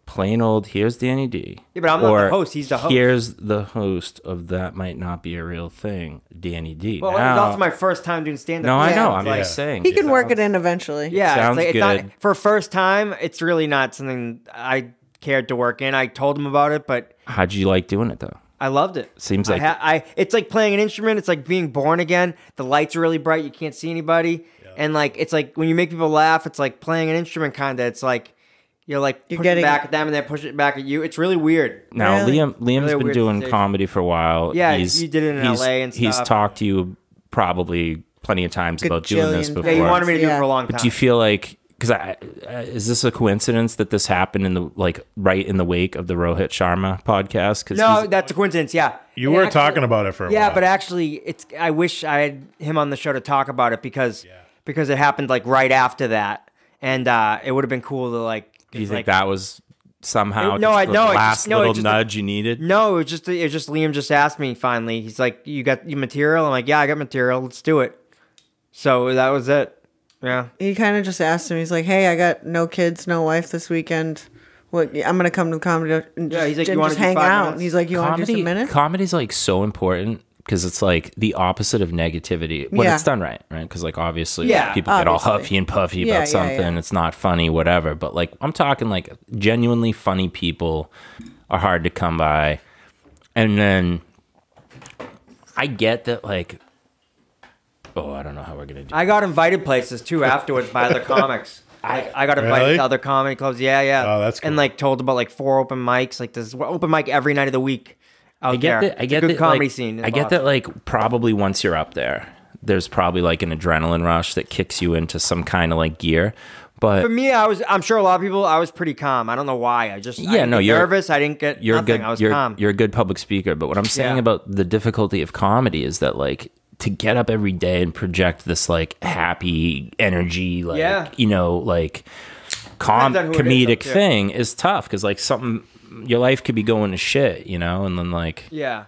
Plain old. Here's Danny D. Yeah, but I'm not the host, he's the host. Here's the host of that might not be a real thing, Danny D. Well, Now- it's also my first time doing stand-up. no, I Yeah, know. it's I'm like- just saying. he can work it in eventually. Yeah, Sounds it's like, It's good. not, for first time, it's really not something I cared to work in. I told him about it, but How'd you like doing it though? I loved it. Seems like- I, ha- I it's like playing an instrument. It's like being born again. The lights are really bright. You can't see anybody, and like it's like when you make people laugh, it's like playing an instrument. Kind of, it's like you're like You're pushing getting- back at them, and they push it back at you. It's really weird. Now Really? Liam Liam's Really been weird doing sensation. comedy for a while. Yeah, he's, you did it in he's- LA and He's stuff. talked to you probably plenty of times about doing this Gajillion before. Yeah, you wanted me to do it Yeah. for a long time. But do you feel like because I uh, is this a coincidence that this happened in the like right in the wake of the Rohit Sharma podcast? Because no, that's a coincidence. Yeah, You And were actually- talking about it for a yeah, while. but actually, it's I wish I had him on the show to talk about it because because it happened like right after that, and uh, it would have been cool to like. do you think like, that was somehow It- no, just I- the no, it last just- no, it little just- nudge you needed? No, it was just it was just Liam just asked me finally. He's like, "You got your material?" I'm like, "Yeah, I got material. Let's do it." So that was it. Yeah. He kind of just asked him. He's like, "Hey, I got no kids, no wife this weekend. What? I'm gonna come to the comedy and just, Yeah, he's like, and "You wanna just do hang five out." minutes?" And he's like, "You want to do some minutes?" comedy's like so important because it's like the opposite of negativity when Yeah. it's done right, right? Because like obviously, Yeah, people get all obviously. huffy and puffy Yeah, yeah, about something. yeah. It's not funny, whatever. But like, I'm talking like genuinely funny people are hard to come by, and then I get that like, oh, I don't know how we're gonna do. I got invited places too afterwards by (laughs) other comics. I, I got invited Really? to other comedy clubs. Yeah, yeah. Oh, that's cool. And like told about like four open mics. Like this open mic every night of the week. Out I get there. that. I It's get a good that, comedy like- scene. in I get Boston. that. Like probably once you're up there, there's probably like an adrenaline rush that kicks you into some kind of like gear. But For me, I was. I'm sure a lot of people. I was pretty calm. I don't know why. I just. I Yeah, didn't no, get you're- nervous. I didn't get. you're a nothing. good I was you're, calm. you're a good public speaker but what i'm saying Yeah. about the difficulty of comedy is that like to get up every day and project this like happy energy like Yeah. you know like com- Depends on who it is, comedic though, too. thing is tough because like something your life could be going to shit you know and then like yeah.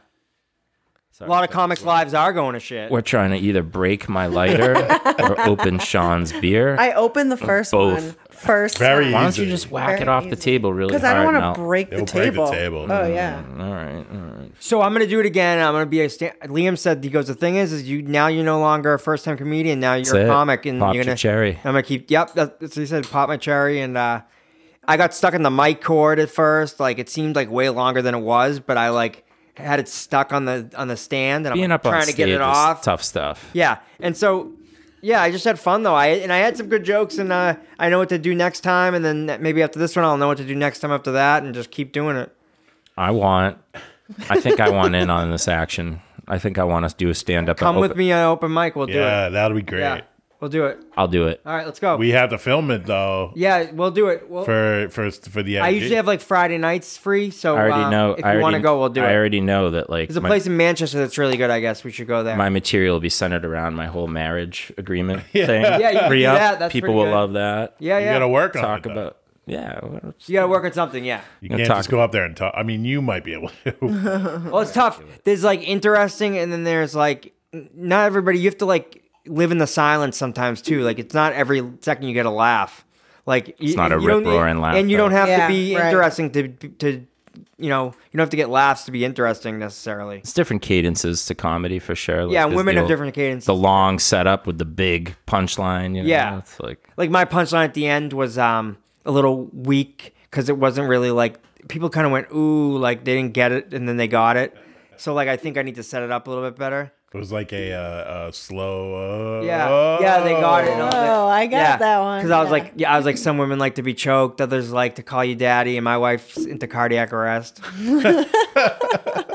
a lot of comics' lives are going to shit. we're trying to either break my lighter (laughs) or open sean's beer I opened the first Both. one first. Very why time. don't you just whack Very it off the easy. table really Because hard Mm-hmm. I don't and I'll- want to break the It'll break the table. table. Oh yeah. all right all right So I'm gonna do it again. I'm gonna be a stand- Liam said he goes. The thing is, is you now you're no longer a first time comedian. Now you're That's a it. comic, and Popped you're your gonna cherry. I'm gonna keep. Yep, that- that's what he said. Pop my cherry, and uh, I got stuck in the mic cord at first. Like it seemed like way longer than it was, but I like had it stuck on the on the stand, and I'm being like, up on trying to stage get is it off. tough stuff Yeah, and so yeah, I just had fun though. I and I had some good jokes, and uh, I know what to do next time, and then maybe after this one, I'll know what to do next time after that, and just keep doing it. I want. I think I want in on this action. I think I want us to do a stand up. Come with me on open mic. We'll do it. yeah, that'll be great. Yeah. We'll We'll do it. I'll do it. All right, let's go. We have to film it though yeah, we'll do it. We'll, for for for the. I usually have like Friday nights free, so I already um, know. I if you already, want to go, we'll do I it. already know that like There's a my, place in Manchester that's really good. I guess we should go there. my material will be centered around my whole marriage agreement thing. (laughs) Yeah, you can do Re-up. that, that's People pretty will good. love that. yeah, You yeah. gotta work on Talk it, though. about yeah. well, You gotta work on something. Yeah. You No, can't talk just go up there and talk. I mean, you might be able to. (laughs) Well, it's tough. There's like interesting, and then there's like n- not everybody. You have to like live in the silence sometimes too. Like it's not every second you get a laugh. Like it's not a rip-roaring laugh, and you don't though. have Yeah, to be right. interesting to to you know you don't have to get laughs to be interesting necessarily. It's different cadences to comedy for sure. like, Yeah, and there's women the have old- different cadences. The long setup with the big punchline. You know? Yeah. it's like like my punchline at the end was um a little weak because it wasn't really like people kind of went ooh like they didn't get it and then they got it so like i think i need to set it up a little bit better it was like a, uh, a slow. Uh, yeah yeah they got it Oh, I got that one, because i was yeah. like yeah i was like some women like to be choked others like to call you daddy and my wife's into cardiac arrest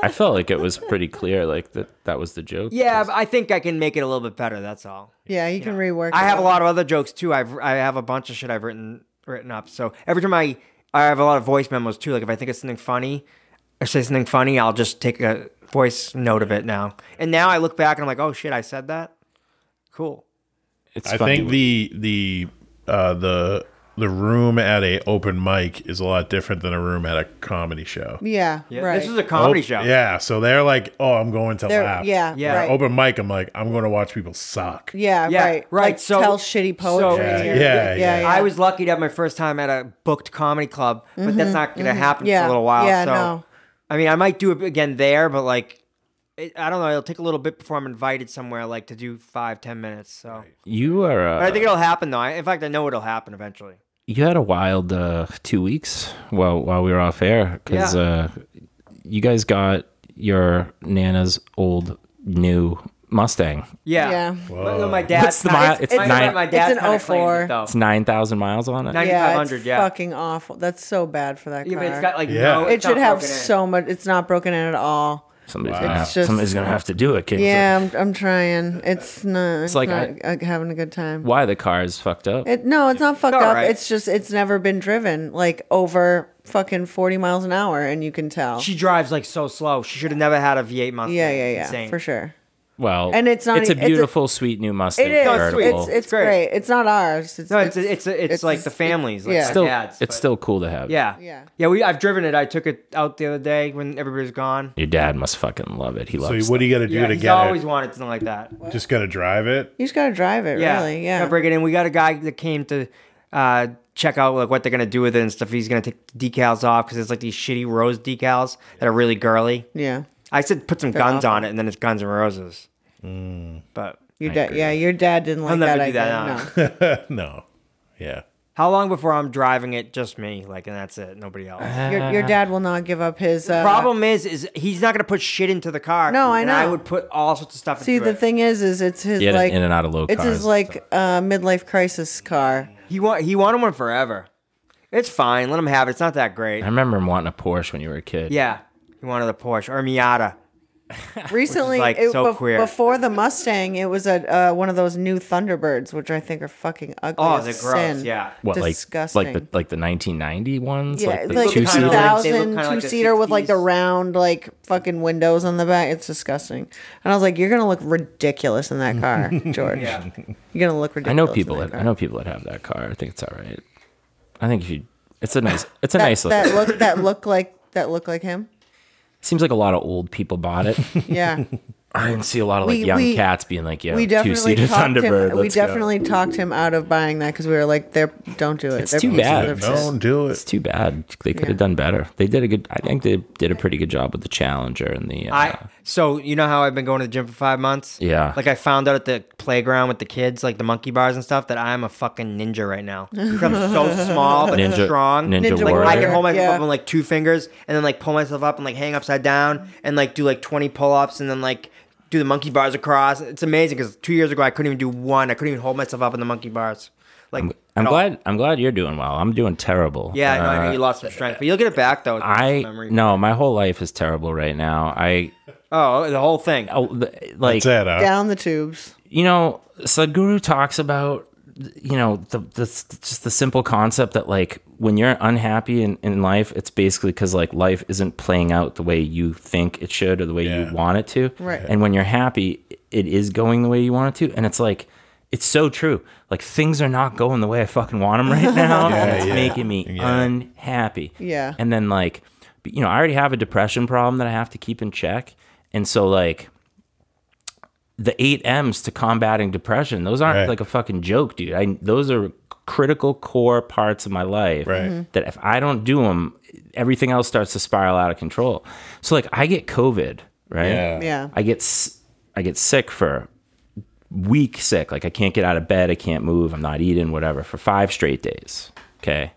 I felt like it was pretty clear. Like that that was the joke. yeah but i think i can make it a little bit better that's all Yeah, you can rework. I it. have a lot of other jokes too. I've I have a bunch of shit I've written written up. So every time I I have a lot of voice memos too. Like if I think of something funny, I say something funny, I'll just take a voice note of it now. And now I look back and I'm like, oh shit, I said that. Cool. it's I funny. think the the uh, the the room at a open mic is a lot different than a room at a comedy show. Yeah, right. This is a comedy Oh, show. Yeah, so they're like, oh, I'm going to They're- laugh. yeah, Yeah. right. Open mic, I'm like, I'm going to watch people suck. yeah, Yeah, right, right, Like so- tell shitty poetry. so- Yeah, or- yeah, yeah. I was lucky to have my first time at a booked comedy club, but that's not going to happen for Mm-hmm, a Yeah, little while. yeah, so, no. I mean, I might do it again there, but like, it, I don't know. It'll take a little bit before I'm invited somewhere, like to do five, ten minutes. So, you are. Uh, But I think it'll happen though. I, in fact, I know it'll happen eventually. you had a wild uh, two weeks while while we were off air because Yeah. uh, you guys got your nana's old new Mustang. Yeah. Yeah. But, no, my dad. What's the mile- it's my, nine- my dad it's an kinda claimed 04. It, though. It's nine thousand miles on it. Nine- yeah, it's 9500, yeah. fucking awful. That's so bad for that car. yeah, but it's got like Yeah. no. It it it's should not have broken in. so much. It's not broken in at all. Somebody's, Wow. gonna, It's have, just- somebody's gonna have to do it. Kids. Yeah, I'm, I'm trying. It's not. It's like like not, uh, having a good time. Why the car is fucked up? It, no, it's not fucked all up. right. It's just it's never been driven like over fucking forty miles an hour, and you can tell. She drives like so slow. She should have never had a V8 Mustang. yeah, yeah, yeah, Insane. for sure. well, and it's not It's a e- it's a- beautiful, sweet new Mustang. It is. it's sweet. convertible. It's it's great. great. It's not ours. It's, No, it's it's it's, it's, it's like just- the families. Like yeah. yeah. Still- still dads, it's but- still cool to have. Yeah. Yeah. Yeah. We I've driven it. I took it out the other day when everybody was gone. Your dad must fucking love it. He So loves. what do you got to do Yeah. to He's get always it? wanted something like that. Just got to drive it. you just gotta drive it. Yeah. Really. Yeah. Gotta break it in. We got a guy that came to uh, check out like what they're gonna do with it and stuff. He's gonna take the decals off because it's like these shitty rose decals that are really girly. yeah. I said put some guns awful. on it, and then it's Guns and Roses. Mm. But Your dad. Yeah. Your dad didn't like never that. do that, idea. no. No. No. Yeah. how long before I'm driving it? Just me, like, and that's it. Nobody else. Your, (laughs) your dad will not give up his uh, Problem is, is he's not gonna put shit into the car. No, I and I know. would put all sorts of stuff. See, into the it. thing is, is it's his He had an like in and out of low It's cars his and like uh, midlife crisis car. he want he wanted one forever. It's fine. Let him have it. It's not that great. I remember him wanting a Porsche when you were a kid. yeah, he wanted a Porsche or a Miata. Recently, like, it, so bef- queer. before the Mustang, it was a uh, one of those new Thunderbirds, which I think are fucking ugly. Oh, as they're sin. gross. Yeah. What disgusting. like like the like the 1990 ones? yeah, like the like two the kinda seater. like- They 2000 look kinda like the two seater with like the 60s. round like fucking windows on the back. It's disgusting. And I was like, you're gonna look ridiculous in (laughs) that car, George. You're gonna look ridiculous. I know in people that that car. I know people that have that car. I think it's all right. I think if you, it's a nice, it's a that, nice. that Look. look that look like that look like him. Seems like a lot of old people bought (laughs) it. (laughs) Yeah. I didn't see a lot of like We- young we- cats being like, "Yeah, we two definitely seater talked Thunderbird." him. We let's go. definitely talked him out of buying that because we were like, "They're don't do it. It's They're too pieces bad. of That's Don't shit." do It's it. too bad. They could have Yeah. done better. They did a good. I think they did a pretty good job with the Challenger and the. Uh, I so you know how I've been going to the gym for five months. Yeah. Like I found out at the playground with the kids, like the monkey bars and stuff, that I'm a fucking ninja right now. 'Cause I'm (laughs) so small but Ninja- strong. Ninja Ninja like warrior. I can hold myself Yeah. up on like two fingers and then like pull myself up and like hang upside down and like do like 20 pull ups and then like do the monkey bars across. It's amazing because two years ago I couldn't even do one. I couldn't even hold myself up in the monkey bars. Like I'm at all. glad. I'm glad you're doing well. I'm doing terrible. Yeah, no, I Uh, know you lost some strength, but you'll get it back though. with I memory. no. My whole life is terrible right now. I Oh, the whole thing. oh, the- like That's it. Huh? Down the tubes. you know, Sadhguru talks about you know the the just the simple concept that like when you're unhappy in, in life, it's basically because like life isn't playing out the way you think it should or the way Yeah. you want it to. Right. And when you're happy, it is going the way you want it to, and it's like. It's so true. Like things are not going the way I fucking want them (laughs) right now. and it's yeah. making me unhappy. Yeah. And then like, but, you know, I already have a depression problem that I have to keep in check. And so like the eight M's to combating depression, those aren't Right. like a fucking joke, dude. I those are critical core parts of my life Right. Mhm. that if I don't do them, everything else starts to spiral out of control. So like I get COVID, right? Yeah. Yeah. I get s- I get sick for week sick. Like I can't get out of bed, I can't move, I'm not eating, whatever, for five straight days. Okay.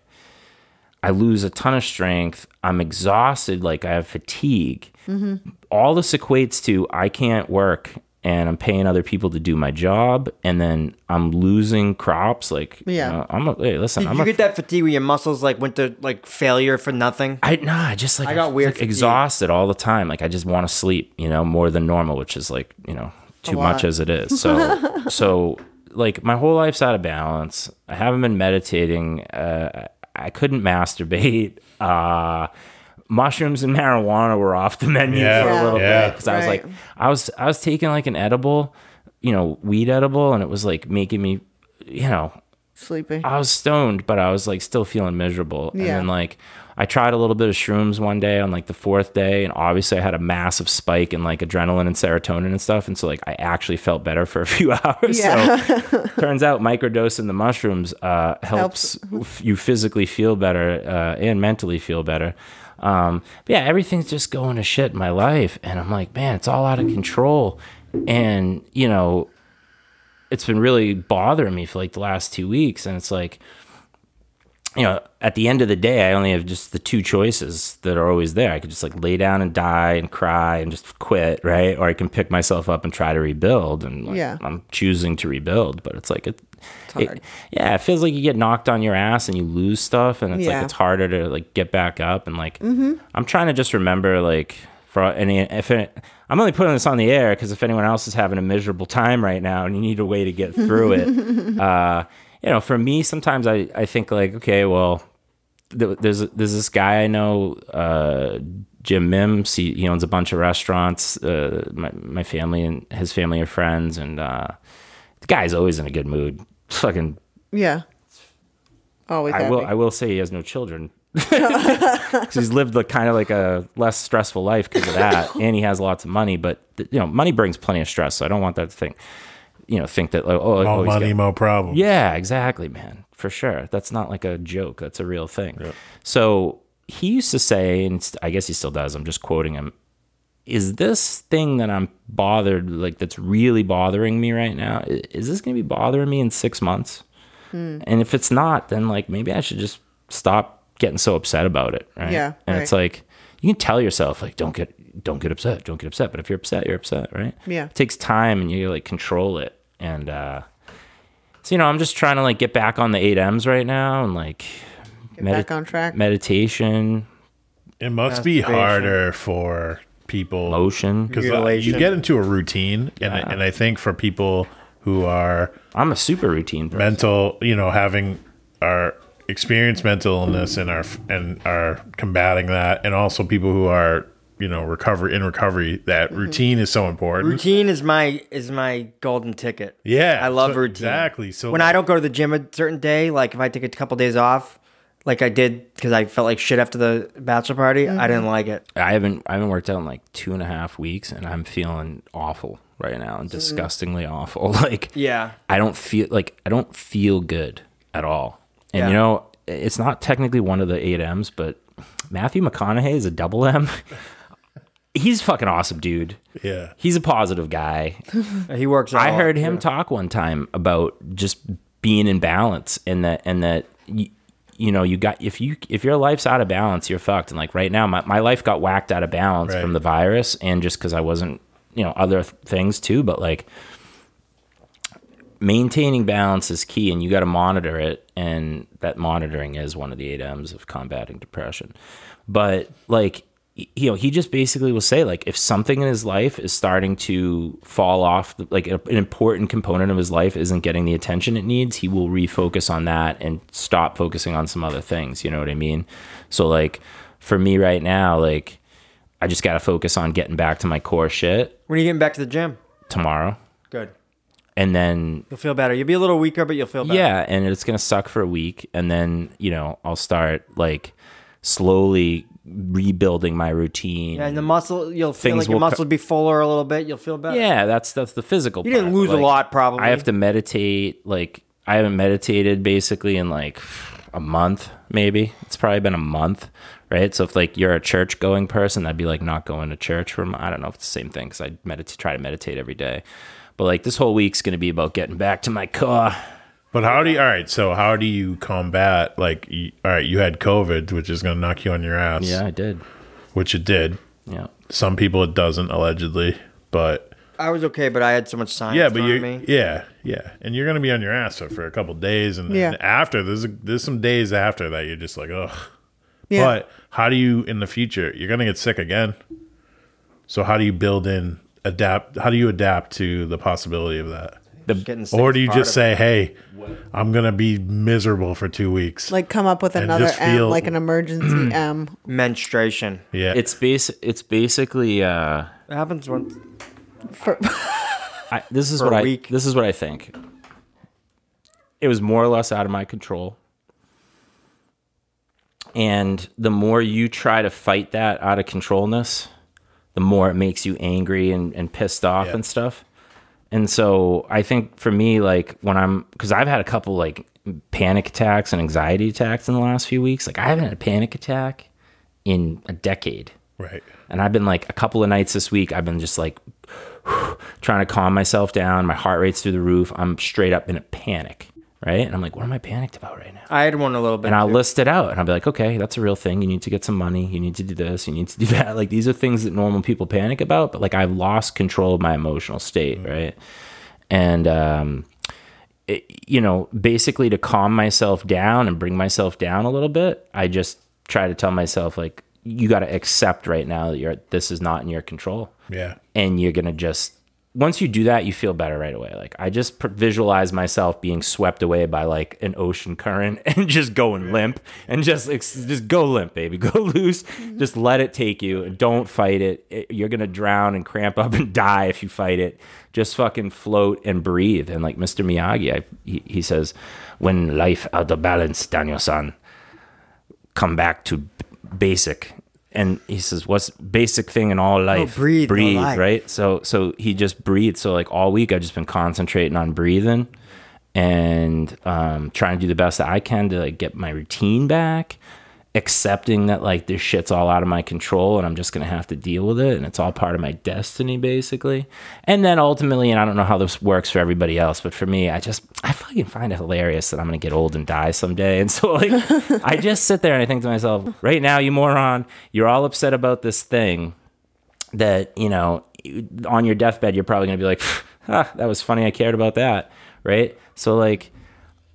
I lose a ton of strength. I'm exhausted, like I have fatigue. Mm-hmm. All this equates to I can't work and I'm paying other people to do my job and then I'm losing crops. Like, Yeah. you know, I'm a, hey, (laughs) listen, Did I'm you a get that fatigue where your muscles like went to like failure for nothing? I no, I just like Mm-hmm. I got weird like, fatigue. exhausted all the time. Like I just want to sleep, you know, more than normal, which is like you know too much lot. as it is. (laughs) So so like my whole life's out of balance. I haven't been meditating. Uh, I couldn't masturbate. Uh, mushrooms and marijuana were off the (laughs) menu Yeah. for a Yeah. little Yeah. bit because I was like Right. I was I was taking like an edible, you know, weed edible, and it was like making me, you know, Sleepy. I was stoned, but I was like still feeling miserable. And Yeah. then like I tried a little bit of shrooms one day on like the fourth day, and obviously I had a massive spike in like adrenaline and serotonin and stuff. And so like I actually felt better for a (laughs) few hours. Yeah. So (laughs) turns out microdosing the mushrooms uh, helps, f- you physically feel better uh, and mentally feel better. Um, but yeah, everything's just going to shit in my life, and I'm like, man, it's all out of control. And you know, it's been really bothering me for like the last two weeks and it's like you know at the end of the day i only have just the two choices that are always there i could just like lay down and die and cry and just quit right or i can pick myself up and try to rebuild and like, Yeah. i'm choosing to rebuild but it's like it, it yeah it feels like you get knocked on your ass and you lose stuff and it's Yeah. like it's harder to like get back up and like i'm trying to just remember like for any if it, i'm only putting this on the air because if anyone else is having a miserable time right now and you need a way to get through it uh you know for me sometimes i i think like okay well th- there's there's this guy I know, uh, Jim Mims. He, he owns a bunch of restaurants. Uh, my my family and his family are friends, and uh, the guy's always in a good mood. Fucking, yeah. Always I happy. will I will say he has no children. (laughs) 'Cause he's lived the kind of like a less stressful life because of (laughs) that, and he has lots of money. But th- you know, money brings plenty of stress, so I don't want that thing. You know, think that like, oh, More oh, he's money, got- more problem. Yeah, exactly, man. For sure. That's not like a joke. That's a real thing. So he used to say, and st- I guess he still does, I'm just quoting him, is this thing that I'm bothered, like that's really bothering me right now, i- is this going to be bothering me in six months? Hmm. And if it's not, then like maybe I should just stop getting so upset about it. Right. Yeah, And it's right. like, you can tell yourself like don't get don't get upset don't get upset but if you're upset you're upset right Yeah. it takes time and you like control it and uh so you know, I'm just trying to like get back on the eight M's right now and like Get back on track. Meditation, It must be Masturbation. harder for people motion. because Mutilation. you get into a routine, and I, and I think for people who are I'm a super routine person. mental, you know, having our experience mental illness and are and are combating that, and also people who are you know recovery in recovery, that routine is so important. Mm-hmm. Routine is my is my golden ticket. Yeah, I love so- routine. exactly. So- when I don't go to the gym a certain day, like if I take a couple days off, like I did because I felt like shit after the bachelor party, I Mm-hmm. didn't like it. I haven't I haven't worked out in like two and a half weeks and I'm feeling awful right now Mm-hmm. and disgustingly awful. (laughs) Like Yeah. I don't feel like I don't feel good at all. And Yeah. you know, it's not technically one of the eight M's, but Matthew McConaughey is a double M. (laughs) He's fucking awesome, dude. Yeah. He's a positive guy. He works. Out. I heard him talk one time about just being in balance and that and that you, you know you got if you if your life's out of balance you're fucked and like right now my, my life got whacked out of balance Right. from the virus and just because I wasn't you know other th- things too but like maintaining balance is key and you got to monitor it and that monitoring is one of the eight m's of combating depression but like y- you know, he just basically will say like, if something in his life is starting to fall off, like a- an important component of his life isn't getting the attention it needs, he will refocus on that and stop focusing on some other things. You know what I mean? So like, for me right now, like, I just gotta focus on getting back to my core shit When are you getting back to the gym? tomorrow, Good. and then You'll feel better. You'll be a little weaker, but you'll feel better. yeah, and it's gonna suck for a week, and then you know I'll start like slowly rebuilding my routine. And the muscle, you'll feel Things like your will co- muscle will be fuller a little bit. You'll feel better. yeah, that's that's the physical. You didn't part. lose a Like, lot, probably. I have to meditate. Like I haven't meditated basically in like a month, maybe. It's probably been a month, right? So if like you're a church going person, I'd be like not going to church for. a mo- I don't know if it's the same thing because I meditate, try to meditate every day. But like this whole week's gonna be about getting back to my car. But how do you? All right. So how do you combat like? You, all right, you had COVID, which is going to knock you on your ass. Yeah, I did. Which it did. Yeah. Some people it doesn't allegedly, but I was okay, but I had so much science. yeah, but thrown you, at me. yeah, yeah, and you're going to be on your ass for a couple days, and, Yeah. and after there's a, there's some days after that you're just like ugh. Yeah. But how do you in the future? You're going to get sick again. So how do you build in adapt? How do you adapt to the possibility of that? Getting sick Or is do you part just of it. say, "Hey, I'm gonna be miserable for two weeks"? like come up with And another just M, feel- like (clears throat) an emergency M. menstruation? yeah, It's base. It's basically. uh It happens once. For, (laughs) I, this is For what a I week. this is what I think. It was more or less out of my control. And the more you try to fight that out of controlness, the more it makes you angry and, and pissed off and stuff. And so I think for me, like when I'm, because I've had a couple like panic attacks and anxiety attacks in the last few weeks. Like I haven't had a panic attack in a decade. right. And I've been like a couple of nights this week, I've been just like (sighs) trying to calm myself down. My heart rate's through the roof. I'm straight up in a panic, right? And I'm like, what am I panicked about right now? I had one a little bit. And I'll too. list it out and I'll be like, okay, that's a real thing. You need to get some money. You need to do this. You need to do (laughs) that. Like, these are things that normal people panic about, but like I've lost control of my emotional state, right? And, um, it, you know, basically to calm myself down and bring myself down a little bit, I just try to tell myself, like, you got to accept right now that you're, this is not in your control Yeah, and you're gonna just once you do that you feel better right away like i just pr- visualize myself being swept away by like an ocean current (laughs) and just going limp and just ex- just go limp baby (laughs) go loose just let it take you don't fight it. it you're gonna drown and cramp up and (laughs) die if you fight it just fucking float and breathe and like mr miyagi I, he, he says when life out of balance daniel san come back to b- basic and he says what's basic thing in all life Oh, breathe, no breathe life. right so so he just breathed so like all week i've just been concentrating on breathing and um, trying to do the best that i can to like get my routine back accepting that like this shit's all out of my control and i'm just gonna have to deal with it and it's all part of my destiny basically and then ultimately and i don't know how this works for everybody else but for me i just i fucking find it hilarious that i'm gonna get old and die someday and (laughs) so like i just sit there and i think to myself right now you moron you're all upset about this thing that you know on your deathbed you're probably going to be like (laughs) ah, that was funny i cared about that right so like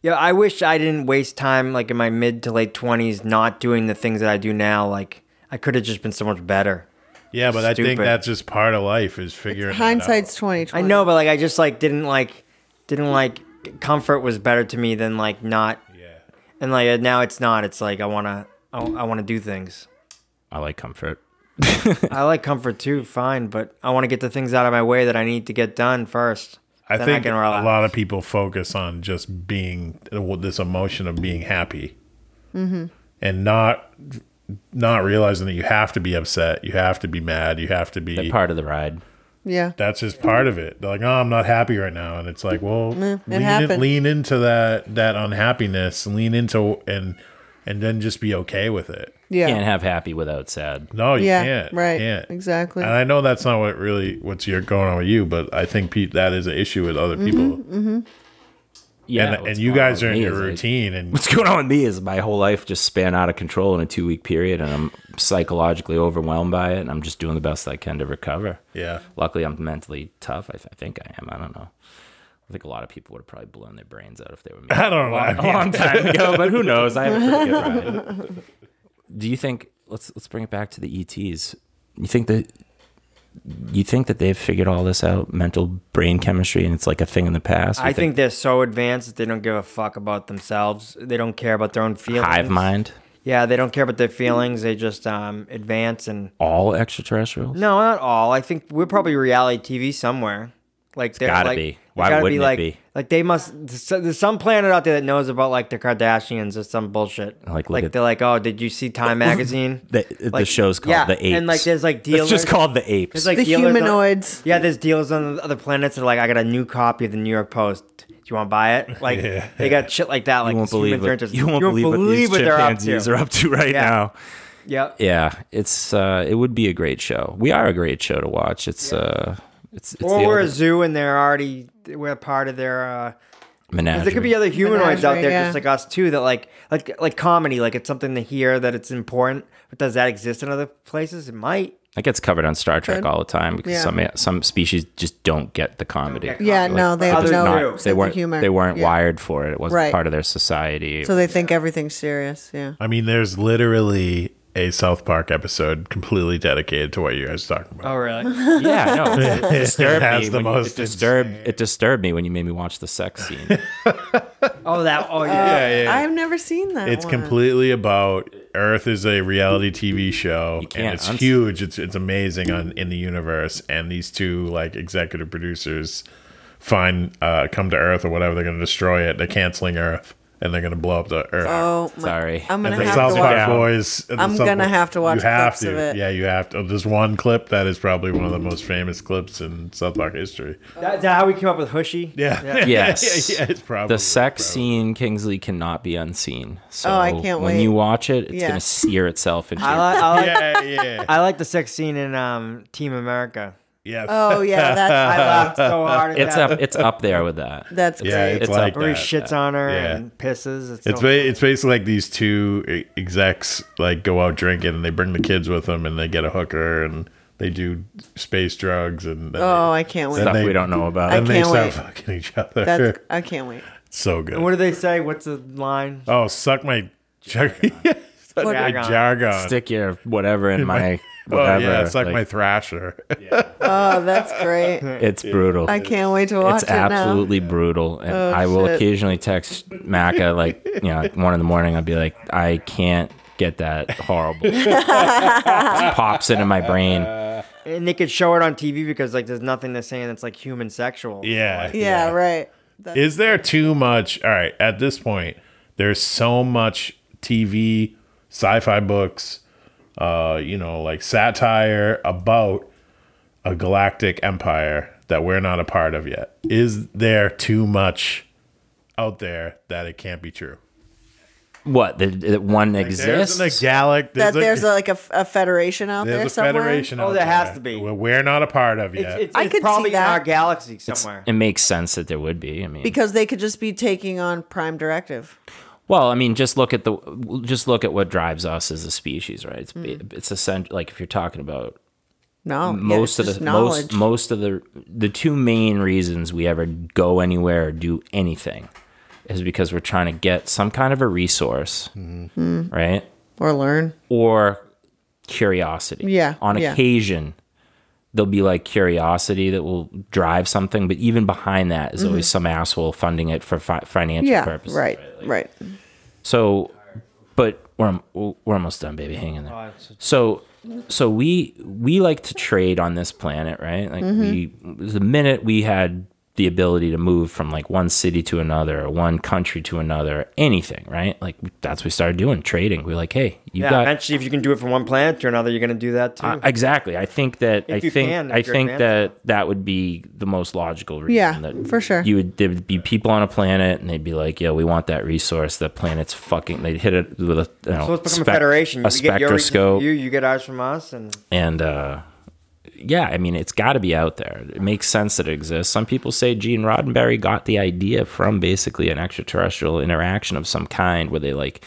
Yeah, I wish I didn't waste time like in my mid to late twenties not doing the things that I do now. Like I could have just been so much better. yeah, but I think Stupid. that's just part of life is figuring. that out. hindsight's twenty I twenty. know, but like I just like didn't like didn't like comfort was better to me than like not. Yeah. And like uh, now it's not. It's like I wanna I, I wanna do things. i like comfort I like comfort too, fine, but I want to get the things out of my way that I need to get done first. I Then think can a relax. lot of people focus on just being uh, this emotion of being happy, Mm-hmm. and not not realizing that you have to be upset, you have to be mad, you have to that be. part of the ride Yeah, that's just part of it. They're like, oh, I'm not happy right now, and it's like, well, it lean, in, happened. lean into that that unhappiness, lean into and and then just be okay with it. yeah, can't have happy without sad No, you yeah. can't. right, Can't. exactly. And I know that's not what really what's your going on with you, but I think Pete, that is an issue with Mm-hmm, other people. yeah and what's and you going on guys with are in me your is, like, routine, (laughs) and what's going on with me is my whole life just span out of control in a two week period and i'm psychologically overwhelmed by it and i'm just doing the best i can to recover yeah, luckily i'm mentally tough i, I think i am i don't know I think a lot of people would have probably blown their brains out if (laughs) they were me. I don't know. I a long time ago, but who knows? I have a pretty good ride. (laughs) Do you think let's let's bring it back to the ETs. You think that you think that they've figured all this out, mental brain chemistry, and it's like a thing in the past? You I think they're so advanced that they don't give a fuck about themselves. They don't care about their own feelings. hive mind, Yeah, they don't care about their feelings. They just um, advance and all extraterrestrials. no, not all. I think we're probably reality TV somewhere. Like they're gotta like, be. they Why gotta wouldn't it like, be? Like they must. There's so- there's some planet out there that knows about like the Kardashians or some bullshit. Like, look like at- they're like, oh, did you see Time magazine? (laughs) The, the Like, show's called yeah, the Apes. and, like, there's, like, It's dealers- just called the Apes. There's like The dealers on- humanoids. yeah, there's dealers on the other planets that are like, I got a new copy of the New York Post. Do you want to buy it? Like they got shit like that. Like you won't it's human believe what, interest. you won't believe what these what they're up chimpanzees to. are up to right Yeah. now. Yep. Yeah, it's uh, it would be a great show. We are a great show to watch. It's uh, it's, it's Or the we're a old zoo and they're already we're a part of their. uh 'cause menagerie. There could be other humanoids out Menagerie, there yeah. just like us too. That like like like comedy. Like it's something to hear that it's important. But does that exist in other places? It might. That gets covered on Star Trek Good. all the time because Yeah. some some species just don't get the comedy. get Yeah, no, they have others no. do. sense they of weren't humor. they weren't Yeah. wired for it. It wasn't Right. part of their society. So they think everything's serious. Yeah. I mean, there's literally a South Park episode completely dedicated to what you guys are talking about. Oh really? yeah, (laughs) no, (laughs) it, it disturbed has me. the when you- most it disturbed it disturbed me when you made me watch the sex (laughs) scene. (laughs) oh that. Oh yeah. I've never seen that. It's one. completely about Earth is a reality TV show, can't and it's uns- huge. It's it's amazing on in the universe, and these two like executive producers find uh, come to Earth or whatever. They're going to destroy it. They're canceling Earth, and they're going to blow up the Earth. Oh, my. Sorry. I'm And gonna the have South to Park watch. Boys. and the I'm South gonna Park- have to watch You have clips to. of it. Yeah, you have to. Oh, There's one clip that is probably one of the most famous clips in South Park history. That, that how we came up with Hushy. (laughs) Yeah. Yes. yeah, it's probably the sex probably. scene Kingsley cannot be unseen. So Oh, I can't when wait. you watch it, it's Yeah. gonna sear itself into I your like, I like, Yeah, yeah, (laughs) I like the sex scene in um, Team (laughs) America. yeah. Oh (laughs) yeah, I that's laughed so hard. At it's that. up it's up there with (laughs) that. that's yeah, great. it's, It's like up- (laughs) Where he that. shits on her Yeah. and pisses. It's, It's so- ba- it's basically like these two e- execs like go out drinking and they bring the kids with them and they get a hooker and they do space drugs and then Oh, I can't Then wait. Stuff they- we don't know about. they, then they can't start wait. fucking each other. That's I can't wait. (laughs) so good. And what do they say? What's the line? oh, suck my jug- suck What- my (laughs) jargon. stick your whatever (laughs) in my oh whatever. yeah, suck like, my thrasher. (laughs) Oh, that's great. it's brutal. I can't wait to it's watch it now. Oh, absolutely brutal. And I will shit. occasionally text Maca like, you (laughs) know, at one in the morning. I'll be like, I can't get that (laughs) horrible. It just pops into my brain. And they could show it on TV because like there's nothing they're saying that's like human sexual. yeah, Yeah, right. That's Is there too much? All right, at this point, there's so much TV, sci-fi books, uh, you know, like satire about a galactic empire that we're not a part of yet. Is there too much out there that it can't be true? What? That that one exists? There's a galactic. that there's a, like a, a federation out there's there a somewhere. federation. Oh, out there has to be. Well, we're not a part of It's, yet. it's, I it's could see probably that. in our galaxy somewhere. it makes sense that there would be. I mean, Because they could just be taking on Prime Directive. well, I mean, just look at the just look at what drives us as a species, right? It's Mm. it's essential. Like if you're talking about No, yeah, most it's of just the most knowledge. most of the the two main reasons we ever go anywhere or do anything is because we're trying to get some kind of a resource, Mm-hmm. right? or learn. Or curiosity. Yeah, On yeah. occasion, there'll be like curiosity that will drive something, but even behind that is always some asshole funding it for fi- financial Mm-hmm. Yeah, purposes. right, right. So, but we're we're almost done, baby. Hang in there. So, so we we like to trade on this planet, right? Like we the minute we had the ability to move from like one city to another, or one country to another, anything, right? Like that's what we started doing trading. We are like, hey, you Yeah, got eventually if you can do it from one planet to another, you're gonna do that too. I- Uh, exactly. I think that I you think can, if I you're think advanced that that would be the most logical reason. Yeah, that for sure. You would there would be people on a planet, and they'd be like, "Yeah, we want that resource. The planet's fucking." They'd hit it with a you know, so let's become spec- a federation. a you get your reasons spectroscope, from you, you get ours from us, and and uh, yeah, I mean, it's got to be out there. It makes sense that it exists. Some people say Gene Roddenberry got the idea from basically an extraterrestrial interaction of some kind, where they like,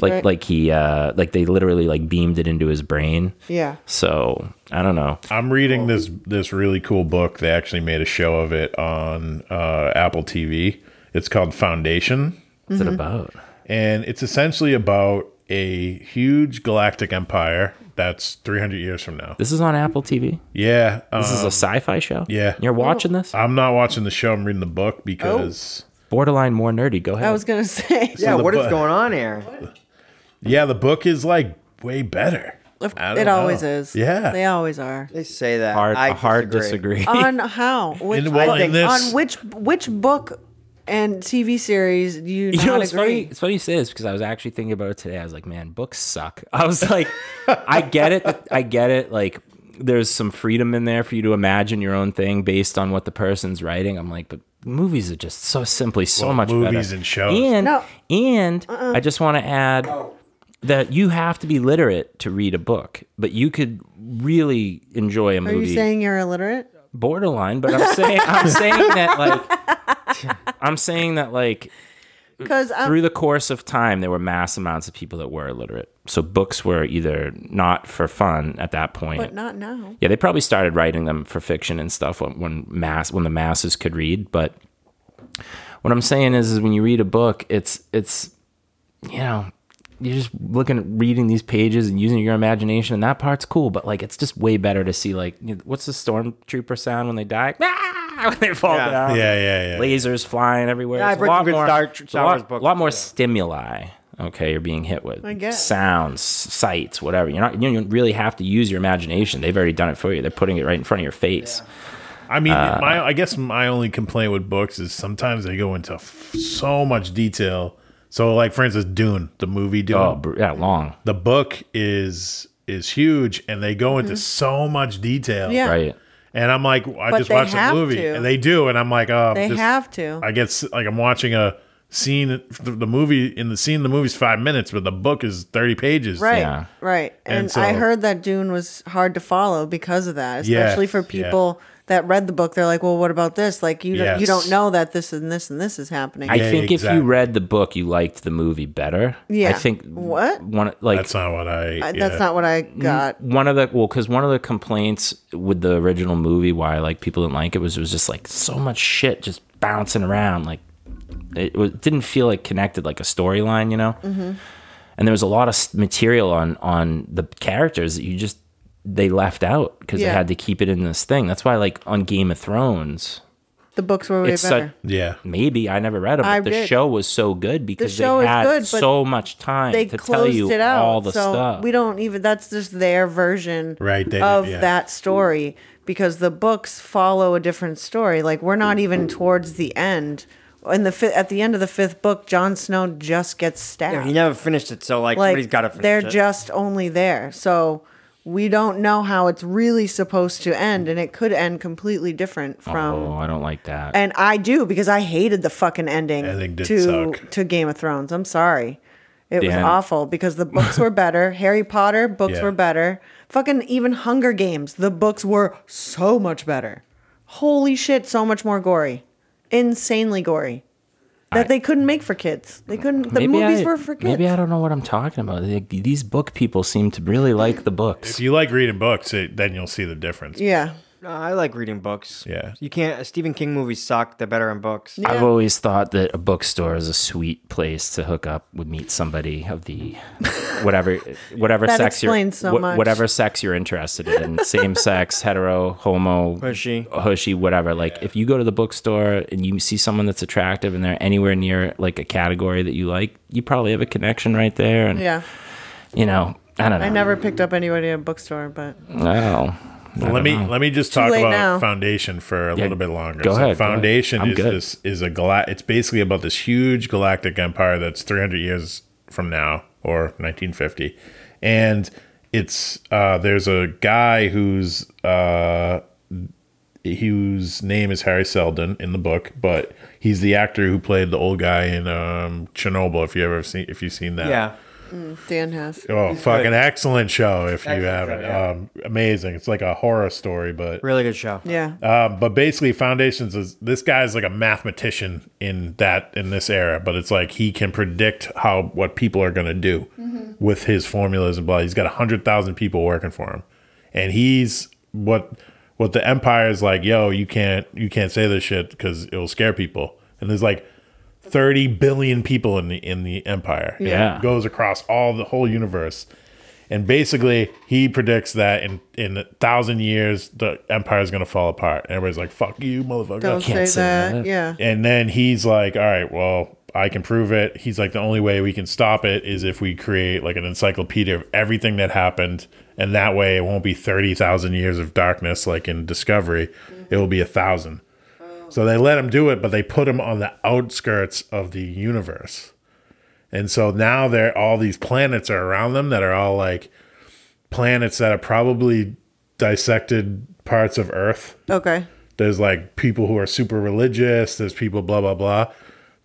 like, right. like he, uh, like they literally like beamed it into his brain. Yeah. So I don't know. I'm reading this this really cool book. They actually made a show of it on uh, Apple TV. It's called Foundation, What's it about? and it's essentially about a a huge galactic empire that's 300 years from now. This is on Apple TV. Yeah. This is um, a sci-fi show. yeah. You're watching this? I'm not watching the show. I'm reading the book Oh. because Borderline more nerdy. Go ahead. I was gonna (laughs) (laughs) say. Yeah, the what is bu- going on here? yeah, the book is like way better. I don't It always know. is. (laughs) Yeah. They always are. They say that. hard, I hard disagree. disagree. (laughs) on how? Which, In- well, I in think- this- on which which book and TV series do (laughs) you, You know, not it's funny. agree? It's funny you say this because I was actually thinking about it today. I was like, man, books suck. (laughs) I was like, I get it. that- I get it. Like, there's some freedom in there for you to imagine your own thing based on what the person's writing. I'm like, but movies are just so simply so Well, much movies better. and shows. And No. Uh-uh. and I just want to add that you have to be literate to read a book, but you could really enjoy a Are you movie saying you're illiterate? borderline. But I'm saying I'm saying that like (laughs) I'm saying that like Uh, Because through the course of time, there were mass amounts of people that were illiterate. So books were either not for fun at that point. but not now. yeah, they probably started writing them for fiction and stuff when, when mass when the masses could read. But what I'm saying is, is when you read a book, it's it's you know you're just looking at reading these pages and using your imagination, and that part's cool. But like, it's just way better to see like you know, what's the stormtrooper sound when they die? (laughs) Ah! When they fall down Yeah, yeah, yeah. lasers flying everywhere. Yeah, I've It's read some good Star- it's Star a Wars lot, books, lot more yeah. stimuli. Okay, you're being hit with I guess. sounds, sights, whatever. You're not. You don't really have to use your imagination. They've already done it for you. They're putting it right in front of your face. I mean, Uh. my I guess my only complaint with books is sometimes they go into f- so much detail. So, like for instance, Dune, the movie Dune, Oh, br- yeah, long. the book is is huge, and they go into so much detail. Mm-hmm. Yeah. Right. And I'm like, I But just they watched the have movie, to. and they do, and I'm like, oh, I'm They just- have to. I guess like I'm watching a scene, the, the movie in the scene, the movie's five minutes, but the book is thirty pages. Right, Yeah. right. And, And I so- heard that Dune was hard to follow because of that, Yeah, especially for yeah. people that read the book. They're like, "Well, what about this? Like, you don't, you don't Yes. know that this and this and this is happening." I think if exactly. you read the book, you liked the movie better. Yeah. I think What? one like That's not what I. I- yeah. Uh, That's not what I Mm-hmm. got. one of the well because one of the complaints with the original movie why like people didn't like it was it was just like so much shit just bouncing around like it, was, didn't feel like connected like a storyline you know Mm-hmm. and there was a lot of s- material on on the characters that you just they left out because Yeah. they had to keep it in this thing that's why like on game of thrones The books were way it's better. such Yeah. Maybe I never read them. But I the did. show was so good because show they is had good, but so much time they to tell closed you it out. all the so stuff. we don't even. That's just their version, Right, they- of yeah. that story because the books follow a different story. Like we're not even towards the end. In the fi- at the end of the fifth book, Jon Snow just gets stabbed. Yeah, he never finished it, so like, like somebody's got to finish they're it. just only there, so we don't know how it's really supposed to end, and it could end completely different from. oh, I don't like that. And I do because I hated the fucking ending Ending did to suck. to Game of Thrones. I'm sorry. It was Damn. awful because the books were (laughs) better. Harry Potter books Yeah. were better. Fucking even Hunger Games, the books were so much better. Holy shit, so much more gory. Insanely gory. That they couldn't make for kids. They couldn't the movies I, were for kids. Maybe I don't know what I'm talking about. Like, these book people seem to really like the books. If you like reading books, it, then you'll see the difference. yeah. No, I like reading books. Yeah. You can't. Stephen King movies suck. They're better in books. I've always thought that a bookstore is a sweet place to hook up with meet somebody of (laughs) the whatever whatever That sex you're explains so wha- much. whatever sex you're interested in (laughs) same sex hetero homo Pushy. hushy whatever like if you go to the bookstore and you see someone that's attractive and they're anywhere near like a category that you like you probably have a connection right there and Yeah. you know I don't know I never picked up anybody at a bookstore, but I don't know Let me let me just talk late about now. Foundation for a little bit longer. go ahead, go ahead. Foundation I'm is good. this is a gala- it's basically about this huge galactic empire that's 300 years from now or 1950. And it's uh there's a guy who's uh whose name is Harry Seldon in the book, but he's the actor who played the old guy in um Chernobyl if you ever seen if you've seen that. Yeah. Dan has. Oh, fucking excellent show if you Excellent haven't. show, yeah. um, amazing. It's like a horror story, but Really good show. Yeah. um, but basically, Foundations is this guy's like a mathematician in that in this era, but it's like he can predict how what people are going to do with his formulas and blah. He's got hundred thousand people working for him, and he's what what the empire is like. Yo, you can't you can't say this shit because it'll scare people. And there's like 30 billion people in the in the empire. It Yeah. goes across all the whole universe. And basically, he predicts that in in a thousand years, the empire is going to fall apart. And everybody's like, "Fuck you, motherfucker!" Don't say can't say that. that. Yeah. And then he's like, all right, well, I can prove it. He's like, the only way we can stop it is if we create like an encyclopedia of everything that happened. And that way it won't be 30,000 years of darkness like in Discovery, it will be a thousand. So they let him do it, but they put him on the outskirts of the universe. And so now they're all these planets are around them that are all like planets that are probably dissected parts of Earth Okay. there's like people who are super religious. There's people blah blah blah.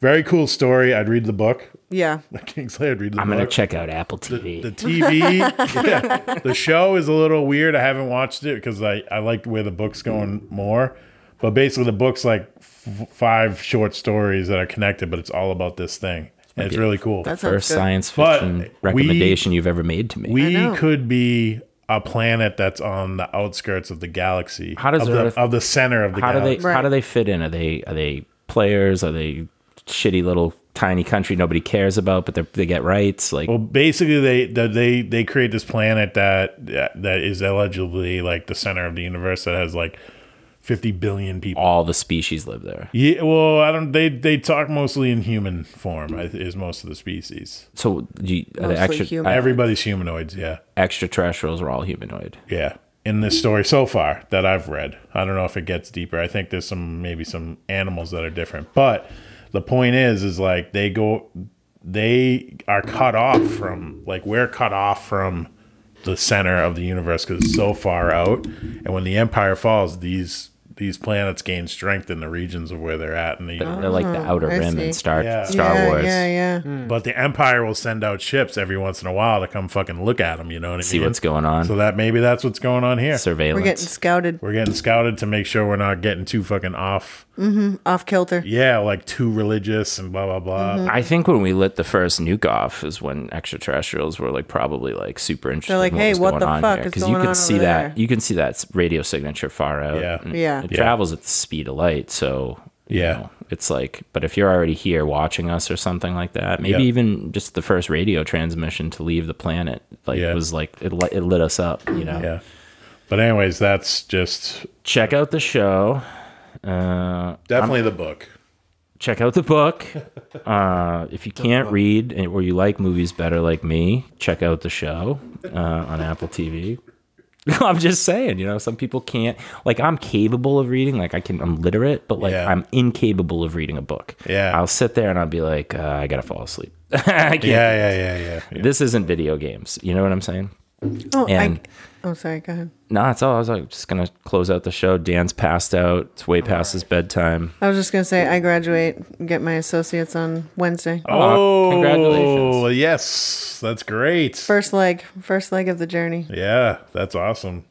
Very cool story. I'd read the book. (laughs) Yeah. Kingsley, I'd read the I'm book. gonna check out Apple TV. the (laughs) TV. yeah. The show is a little weird. I haven't watched it because I I liked where the book's going more. But basically, the book's like f- five short stories that are connected, but it's all about this thing, and it's really cool. That sounds First good. science But fiction we- recommendation you've ever made to me. We know. could be a planet that's on the outskirts of the galaxy. How does of the, Earth- of the center of the how do galaxy? they how do they fit in? Are they are they players? Are they shitty little tiny country nobody cares about, but they they get rights? Like Well, basically, they the, they they create this planet that that is allegedly like the center of the universe that has like fifty billion people. all the species live there. Yeah, well, I don't. They they talk mostly in human form. I- Is most of the species. So do you, are Mostly the extra, human. uh, Everybody's humanoids. Yeah, extraterrestrials are all humanoid. yeah. In this story so far that I've read, I don't know if it gets deeper. I think there's some maybe some animals that are different, but the point is, is like they go, they are cut off from like we're cut off from the center of the universe because it's so far out. And when the empire falls, these these planets gain strength in the regions of where they're at. And the universe. They're like the outer Mm-hmm. I rim in see. Star Yeah. Star yeah, Wars. Yeah, yeah. But the Empire will send out ships every once in a while to come fucking look at them. You know what I See mean? what's going on. So that maybe that's what's going on here. We're Surveillance. getting scouted we're getting scouted to make sure we're not getting too fucking off. off kilter. Yeah, like too religious and blah blah blah. I think when we lit the first nuke off is when extraterrestrials were like probably like super interested. like, in "Hey, was what going the on fuck here," is 'cause going you can on see over that there? you can see that s- radio signature far out. Yeah. and Yeah. it Yeah. travels at the speed of light, so you Yeah. know, it's like. But if you're already here watching us or something like that, maybe Yeah. even just the first radio transmission to leave the planet, like Yeah. was like it, li- it lit us up, you Mm-hmm. know. Yeah. But anyways, that's just Check out the show. Uh, definitely the book. check out the (laughs) book. Uh, if you can't read and- or you like movies better like me, check out the show uh, on Apple TV. (laughs) I'm just saying, you know, some people can't. Like, I'm capable of reading. Like, I can. I'm literate, but like, Yeah. I'm incapable of reading a book. Yeah. I'll sit there and I'll be like, uh, I gotta fall asleep. (laughs) I can't. Yeah, yeah, yeah, yeah. yeah. This isn't video games. You know what I'm saying? Oh, And- I, oh, sorry. Go ahead. No, that's all. I was like, just gonna close out the show. Dan's passed out. It's way past his bedtime. I was just gonna say I graduate and get my associates on Wednesday. Oh, congratulations. Yes, that's great. First leg, first leg of the journey. Yeah, that's awesome.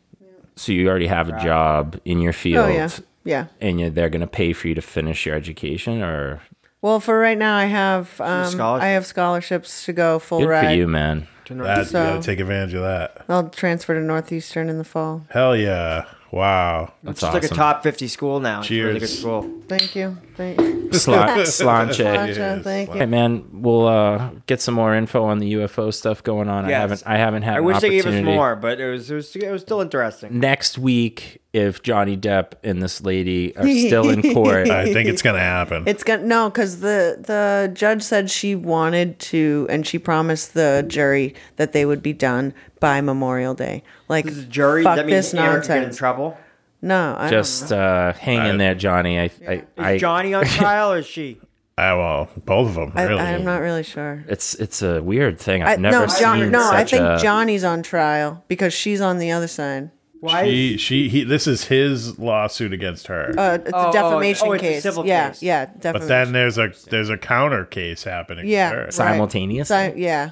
So you already have a job in your field. Oh yeah, yeah. and you they're going to pay for you to finish your education or Well, for right now, I have um, scholarship. I have scholarships to go full good for ride. you man That So- you gotta take advantage of that. I'll transfer to Northeastern in the fall. Hell yeah! Wow. that's It's awesome like a top 50 school now. It's a really good Cheers. school. Thank you. Thank you. (laughs) Sla- slanche Gotcha, Thank Hey you. man, we'll uh, get some more info on the UFO stuff going on. I Yes. haven't, I haven't had. I an wish they gave us opportunity. more, but it was it was it was still interesting. next week. If Johnny Depp and this lady (laughs) are still in court, I think it's gonna happen. It's gonna no, because the the judge said she wanted to, and she promised the jury that they would be done by Memorial Day. Like This is jury. fuck that means this Aaron could get in nonsense. trouble. No, I don't just uh, hang in there, Johnny. I, I, Is I, Johnny (laughs) on trial or is she? I well, both of them I, really. I'm not really sure. it's it's a weird thing. I, I've never no, John, seen no, such I think a. Johnny's on trial because she's on the other side. Why? is- She, she, he. This is his lawsuit against her. Uh, it's Oh, oh, a defamation oh, it's a case. civil yeah, case. yeah, defamation. but then there's a there's a counter case happening. yeah, to her. right. Simultaneous? Si- yeah,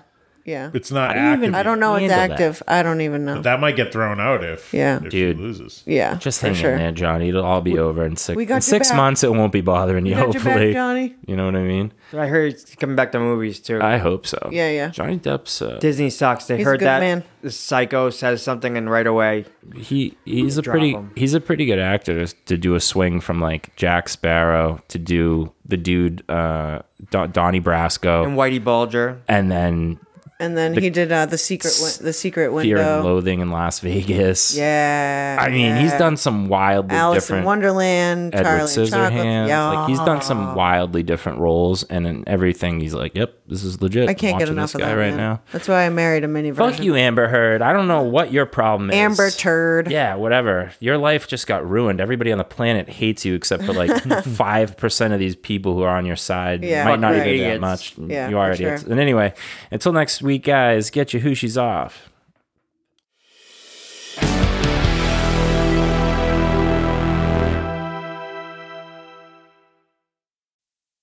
Yeah. It's not do you active. even- yet. I don't know. It's Handle that. active. I don't even know. That might get thrown out if Yeah. if Dude. she loses. yeah. Just for hang sure. in there, Johnny. It'll all be over in six. We got in your six back. months, it won't be bothering you. Got your back, hopefully, Johnny. you know what I mean. I heard he's coming back to movies too. I hope so. Yeah, yeah. Johnny Depp's uh, Disney sucks. They He's a heard good that man. the psycho says something, and right away, he he's a Drop pretty him. he's a pretty good actor to do a swing from like Jack Sparrow to do the dude uh, Don- Donnie Brasco, and and, Whitey Bulger. then And then he did uh, the secret win- the secret Fear and window. Loathing in Las Vegas. Yeah. I mean, he's yeah. done some wildly Alice in different. Wonderland, Edward Charlie and Chocolate. Scissorhands. Yeah. Like he's done some wildly different roles, and in everything he's like, "Yep, this is legit." I can't get enough this of guy that right man. now. That's why I married a mini version. Fuck you, Amber Heard. I don't know what your problem is. Amber Turd. (laughs) Yeah, whatever. Your life just got ruined. Everybody on the planet hates you except for like (laughs) five percent of these people who are on your side. Yeah, might not Fucking even that idiots. much. Yeah, you are for idiots. sure. And anyway, until next week, guys. Get your hooshies off.